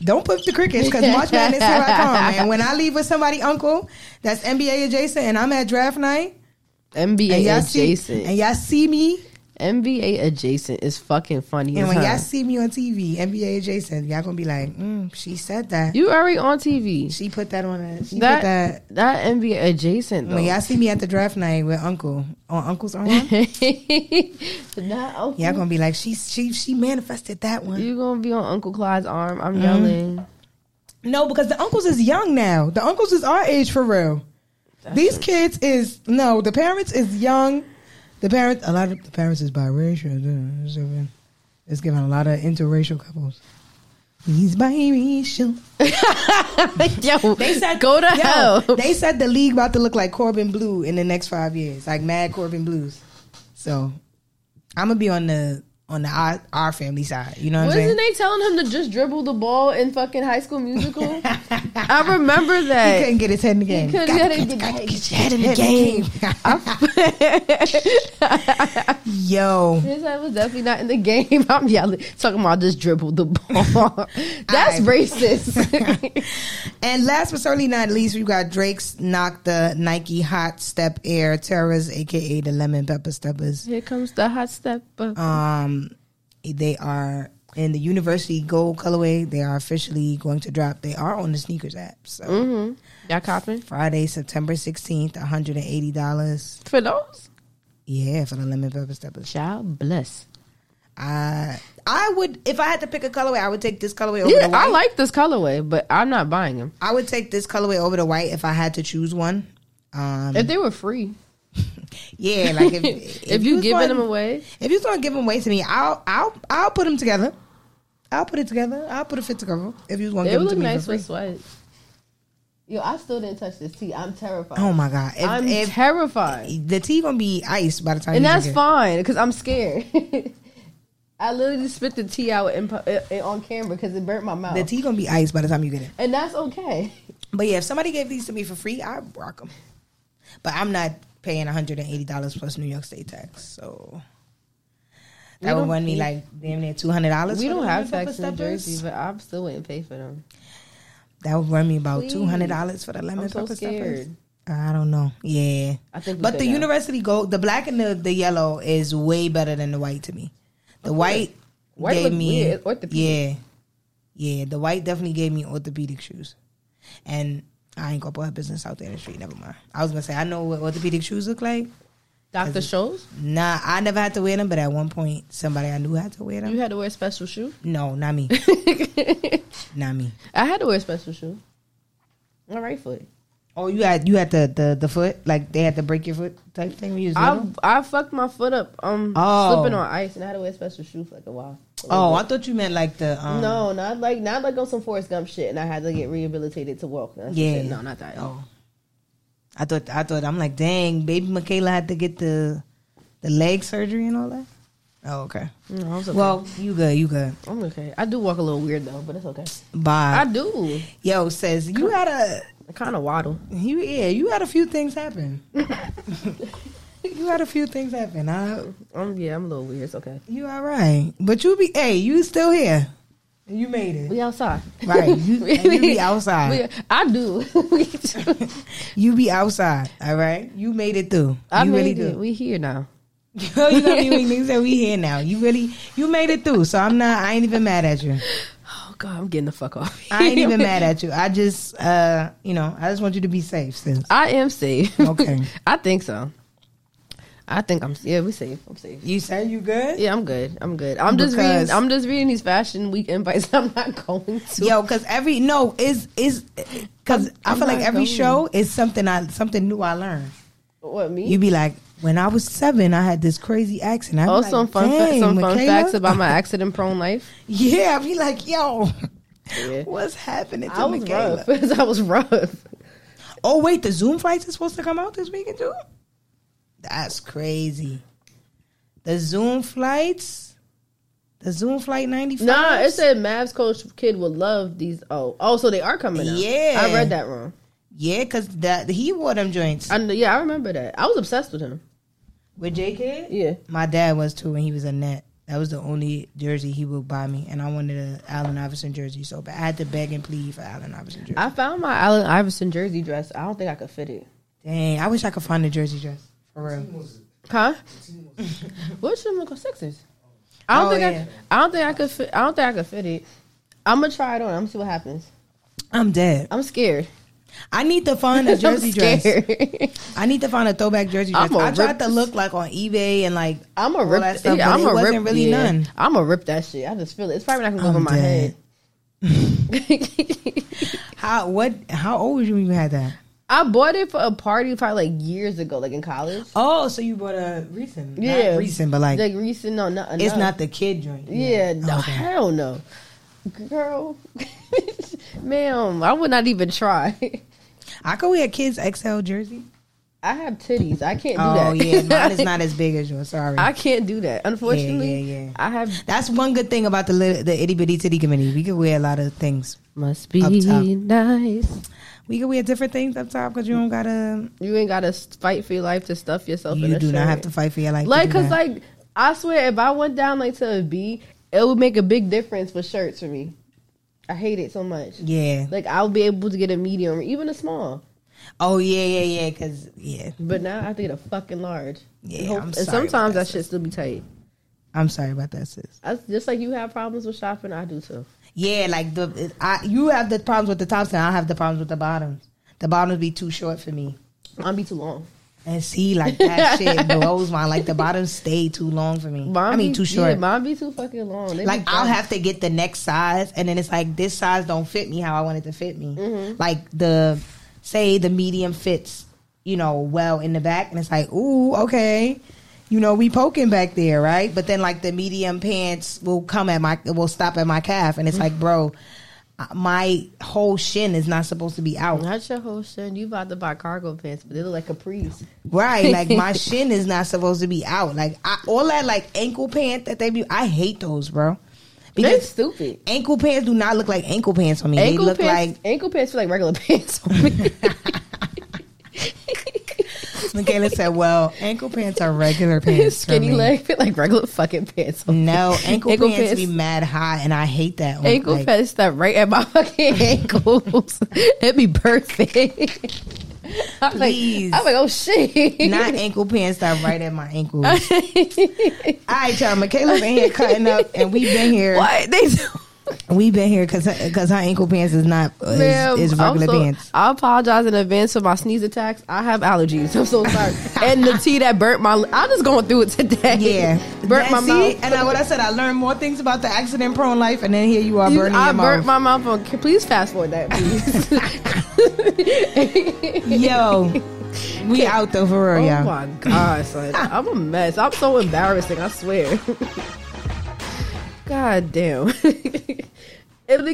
A: Don't put the crickets because March Madness here I come. And when I leave with somebody uncle that's NBA adjacent, and I'm at draft night, and
B: NBA
A: y'all see,
B: adjacent.
A: and y'all see me,
B: NBA adjacent is fucking funny.
A: and
B: as
A: when
B: hell.
A: y'all see me on TV, NBA adjacent, y'all gonna be like, mm, she said that.
B: you already on TV.
A: She put that on a she
B: That,
A: put that
B: that NBA adjacent though.
A: when y'all see me at the draft night with Uncle on Uncle's arm,
B: Not uncle.
A: y'all gonna be like, she she she manifested that one.
B: you gonna be on Uncle Clyde's arm. I'm yelling.
A: No, because the uncles is young now. The uncles is our age for real. These kids is no, the parents is young. The parents a lot of the parents is biracial. It's giving- It's giving a lot of interracial couples. He's biracial.
B: yo, they said go to
A: Yo,
B: hell.
A: They said the league about to look like Corbin Blue in the next five years, like Mad Corbin Blues. So I'm gonna be on the on the our, our family side. You know what
B: Wasn't
A: I'm saying?
B: they telling him to just dribble the ball in fucking High School Musical? I remember
A: He
B: that.
A: couldn't get his head in the game.
B: He couldn't
A: Gotta
B: get it-
A: gotta get your head in the game. Yo.
B: His head was definitely not in the game. I'm yelling, talking about just dribble the ball. That's
A: All
B: racist.
A: And last but certainly not least, we got Drake's Knock the Nike Hot Step Air Terrors, aka the Lemon Pepper Steppers.
B: Here comes the hot step. up.
A: Um, they are in the University Gold colorway. They are officially going to drop. They are on the sneakers app. So
B: Mm-hmm. Y'all copping
A: Friday, September sixteenth, one hundred and eighty dollars.
B: for those?
A: Yeah, for the Lemon Pepper Steppers.
B: God bless.
A: I I would if I had to pick a colorway, I would take this colorway over
B: Yeah,
A: the white.
B: I like this colorway, but I'm not buying them.
A: I would take this colorway over the white if I had to choose one. Um,
B: If they were free,
A: yeah, like if,
B: if, you
A: was
B: giving
A: going-
B: them away,
A: If you're gonna give them away to me, I'll I'll I'll put them together. I'll put it together. I'll put a fit together. If you want to
B: they
A: give
B: would
A: them to
B: look
A: me
B: nice
A: for
B: with
A: free.
B: sweat. Yo, I still didn't touch this tea. I'm terrified.
A: Oh my god! If,
B: I'm
A: if
B: terrified,
A: the tea gonna be iced by the time,
B: and
A: you
B: that's
A: drink it.
B: fine because I'm scared. I literally spit the tea out in, pu- uh, uh, on camera because it burnt my mouth,
A: The tea gonna be iced by the time you get it.
B: and that's okay.
A: But yeah, if somebody gave these to me for free, I'd rock them. But I'm not paying 180 dollars plus New York State tax, so that
B: We
A: would
B: don't
A: run me
B: pay-
A: like damn near 200 dollars.
B: we don't have tax in Jersey, but I still wouldn't pay for them.
A: That would run me about
B: Please.
A: two hundred dollars for the lemon
B: I'm so
A: pepper steppers.
B: scared.
A: I don't know. Yeah,
B: I think, we
A: but the
B: could have.
A: university gold, the black and the, the yellow is way better than the white to me. The white
B: White
A: gave
B: look
A: me
B: weird. It's orthopedic.
A: yeah, yeah. The white definitely gave me orthopedic shoes, and I ain't gonna put her business out there in the street. Never mind. I was gonna say I know what orthopedic shoes look like.
B: Doctor shows
A: Nah, I never had to wear them, but at one point somebody I knew had to wear them.
B: you had to wear a special shoe.
A: No, not me, not me.
B: I had to wear a special shoe. My right foot.
A: Oh, you had you had the the, the foot like they had to break your foot type thing. When you was
B: I
A: little?
B: I fucked my foot up. Um,
A: Oh.
B: slipping on ice, and I had to wear a special shoe for like a while.
A: Oh, I thought you meant like the um,
B: no, not like not like on some Forrest Gump shit, and I had to get rehabilitated to walk. That's
A: Yeah.
B: yeah, no, not that.
A: Oh, I thought I thought I'm like, dang, baby Michaela had to get the the leg surgery and all that. Oh, okay.
B: No, I was okay.
A: Well, you good, you good.
B: I'm okay. I do walk a little weird though, but it's okay. I
A: Bye.
B: do.
A: Yo says you had a
B: I kind of waddle.
A: you yeah you had a few things happen. you had a few things happen. I
B: Um, yeah, I'm a little weird. It's okay.
A: you all right, but you be hey you still here. You made it
B: We outside,
A: right. You, and you be outside.
B: We, I do. We do.
A: You be outside, all right? You made it through.
B: I
A: you
B: made
A: really
B: it.
A: do.
B: We here now.
A: Yo, you know what I mean? Said we here now. You really, you made it through. So I'm not. I ain't even mad at you.
B: Oh god, I'm getting the fuck off.
A: I ain't even mad at you. I just, uh, you know, I just want you to be safe, sis.
B: I am safe.
A: Okay.
B: I think so. I think I'm. Yeah, we safe. I'm safe.
A: You say you good?
B: Yeah, I'm good. I'm good. I'm just
A: Because-
B: reading. I'm just reading these fashion week invites. I'm not going to.
A: Yo, because every no is is because
B: I'm-
A: I
B: I'm
A: feel like
B: not
A: every
B: going.
A: show is something I something new I learned.
B: What me?
A: You be like, when I was seven, I had this crazy accent. I be
B: also, Oh, some
A: like,
B: fun fa-
A: "Dang,
B: some fun
A: Michaela."
B: facts about my accident-prone life.
A: Yeah, I be like, yo,
B: Yeah.
A: what's happening to
B: I was
A: Michaela?
B: rough. I was rough.
A: Oh wait, the Zoom flights is supposed to come out this weekend too. That's crazy. The Zoom flights, the Zoom flight ninety five.
B: Nah, it said Mavs coach kid would love these. Oh, oh, so they are coming. Out.
A: Yeah.
B: I read that wrong.
A: yeah, cause that he wore them joints
B: I kn- yeah, I remember that. I was obsessed with him.
A: with JK.
B: Yeah,
A: My dad was too when he was a net. That was the only jersey he would buy me, and I wanted a Allen Iverson jersey so bad. I had to beg and plead for Allen Iverson jersey.
B: I found my Allen Iverson jersey dress. I don't think I could fit it.
A: Dang, I wish I could find a jersey dress for real.
B: Huh? What's your Michael Sixers? I don't
A: Oh,
B: think
A: yeah.
B: I, I don't think I could fit. I don't think I could fit it. I'm gonna try it on. I'm gonna see what happens.
A: I'm dead.
B: I'm scared.
A: I need to find a jersey
B: I'm
A: dress.
B: scared.
A: I need to find a throwback jersey dress.
B: I'ma
A: I tried
B: rip-
A: to look like on eBay and like
B: I'm a
A: all
B: rip.
A: that stuff,
B: yeah,
A: but
B: I'm
A: it
B: a
A: wasn't
B: rip.
A: really
B: yeah.
A: none.
B: I'm a rip that shit. I just feel it. It's probably not gonna go
A: I'm
B: over my
A: dead.
B: head.
A: How what? How old were you when you had that?
B: I bought it for a party probably like years ago, like in college.
A: Oh, so you bought a recent? not
B: Yeah.
A: recent, but like,
B: Like recent, no, not
A: it's
B: enough.
A: not the kid joint.
B: Yeah, no,
A: Okay.
B: hell no, girl, ma'am. I would not even try.
A: I could wear a kids XL jersey.
B: I have titties. I can't do that.
A: Oh yeah, mine is not as big as yours. Sorry.
B: I can't do that. Unfortunately,
A: yeah, yeah.
B: I have
A: That's one good thing about the li- the itty bitty titty committee. We could wear a lot of things.
B: must be
A: Up top.
B: nice.
A: We could wear different things up top because you don't gotta.
B: You ain't gotta s- fight for your life to stuff yourself. in
A: You
B: a
A: do not
B: shirt.
A: have to fight for your life. to
B: Like,
A: do
B: cause
A: that.
B: like I swear, if I went down like to a B, it would make a big difference for shirts for me. I hate it so much.
A: yeah.
B: Like I'll be able to get a medium or even a small,
A: Oh yeah, yeah, yeah. Because yeah,
B: but now I have to get a fucking large.
A: yeah.
B: Hope-
A: I'm
B: and
A: sorry
B: sometimes
A: about
B: that shit still be tight.
A: I'm sorry about that, sis.
B: I, just like you have problems with shopping, I do too.
A: Yeah, like the it- I you have the problems with the tops, and I have the problems with the bottoms. The bottoms be too short for me.
B: Mine be too long.
A: And see, like that shit blows my like the bottoms stay too long for me.
B: Mine
A: I mean,
B: be,
A: too short.
B: Yeah, mine be too fucking long. They be
A: like I'll
B: drunk.
A: have to get the next size, and then it's like this size don't fit me how I want it to fit me. Like the say the medium fits, you know, well in the back, and it's like ooh okay, you know we poking back there, right? But then like the medium pants will come at my will stop at my calf, and it's like bro, my whole shin is not supposed to be out,
B: Not your whole shit. You about to buy cargo pants, but they look like capris.
A: right? Like my shin is not supposed to be out. Like I, all that like ankle pant that they be, I hate those, bro.
B: They
A: Because
B: stupid.
A: ankle pants do not look like ankle pants on me.
B: Ankle
A: they look
B: pants. ankle pants feel like regular pants on me.
A: like Michaela said, well, ankle pants are regular pants.
B: Skinny
A: for me.
B: leg fit like regular fucking pants. On me.
A: No, ankle,
B: Ankle
A: pants,
B: pants.
A: be mad high and I hate that one.
B: Ankle
A: Like,
B: pants that right at my fucking ankles. It'd be perfect. I'm like,
A: Please.
B: I'm like, oh shit.
A: Not ankle pants that right at my ankles. All right, y'all. Michaela's in here cutting up, and we've been here.
B: what they do?
A: We've been here because because her ankle pants is not is,
B: Ma'am,
A: is
B: I'm
A: regular
B: so-
A: pants.
B: I apologize in advance for my sneeze attacks. I have allergies. I'm so sorry. and the tea that burnt my. I'm just going through it today.
A: Yeah,
B: burnt my
A: That-
B: mouth.
A: see? And I, what I said, I learned more things about the accident-prone life, and then here you are
B: You-
A: burning
B: I
A: your mouth.
B: burnt my mouth on. Can- Please fast forward that, please.
A: Yo, we out though for
B: oh
A: real, y'all.
B: my god, son, I'm a mess. I'm so embarrassing. I swear. God damn. Italy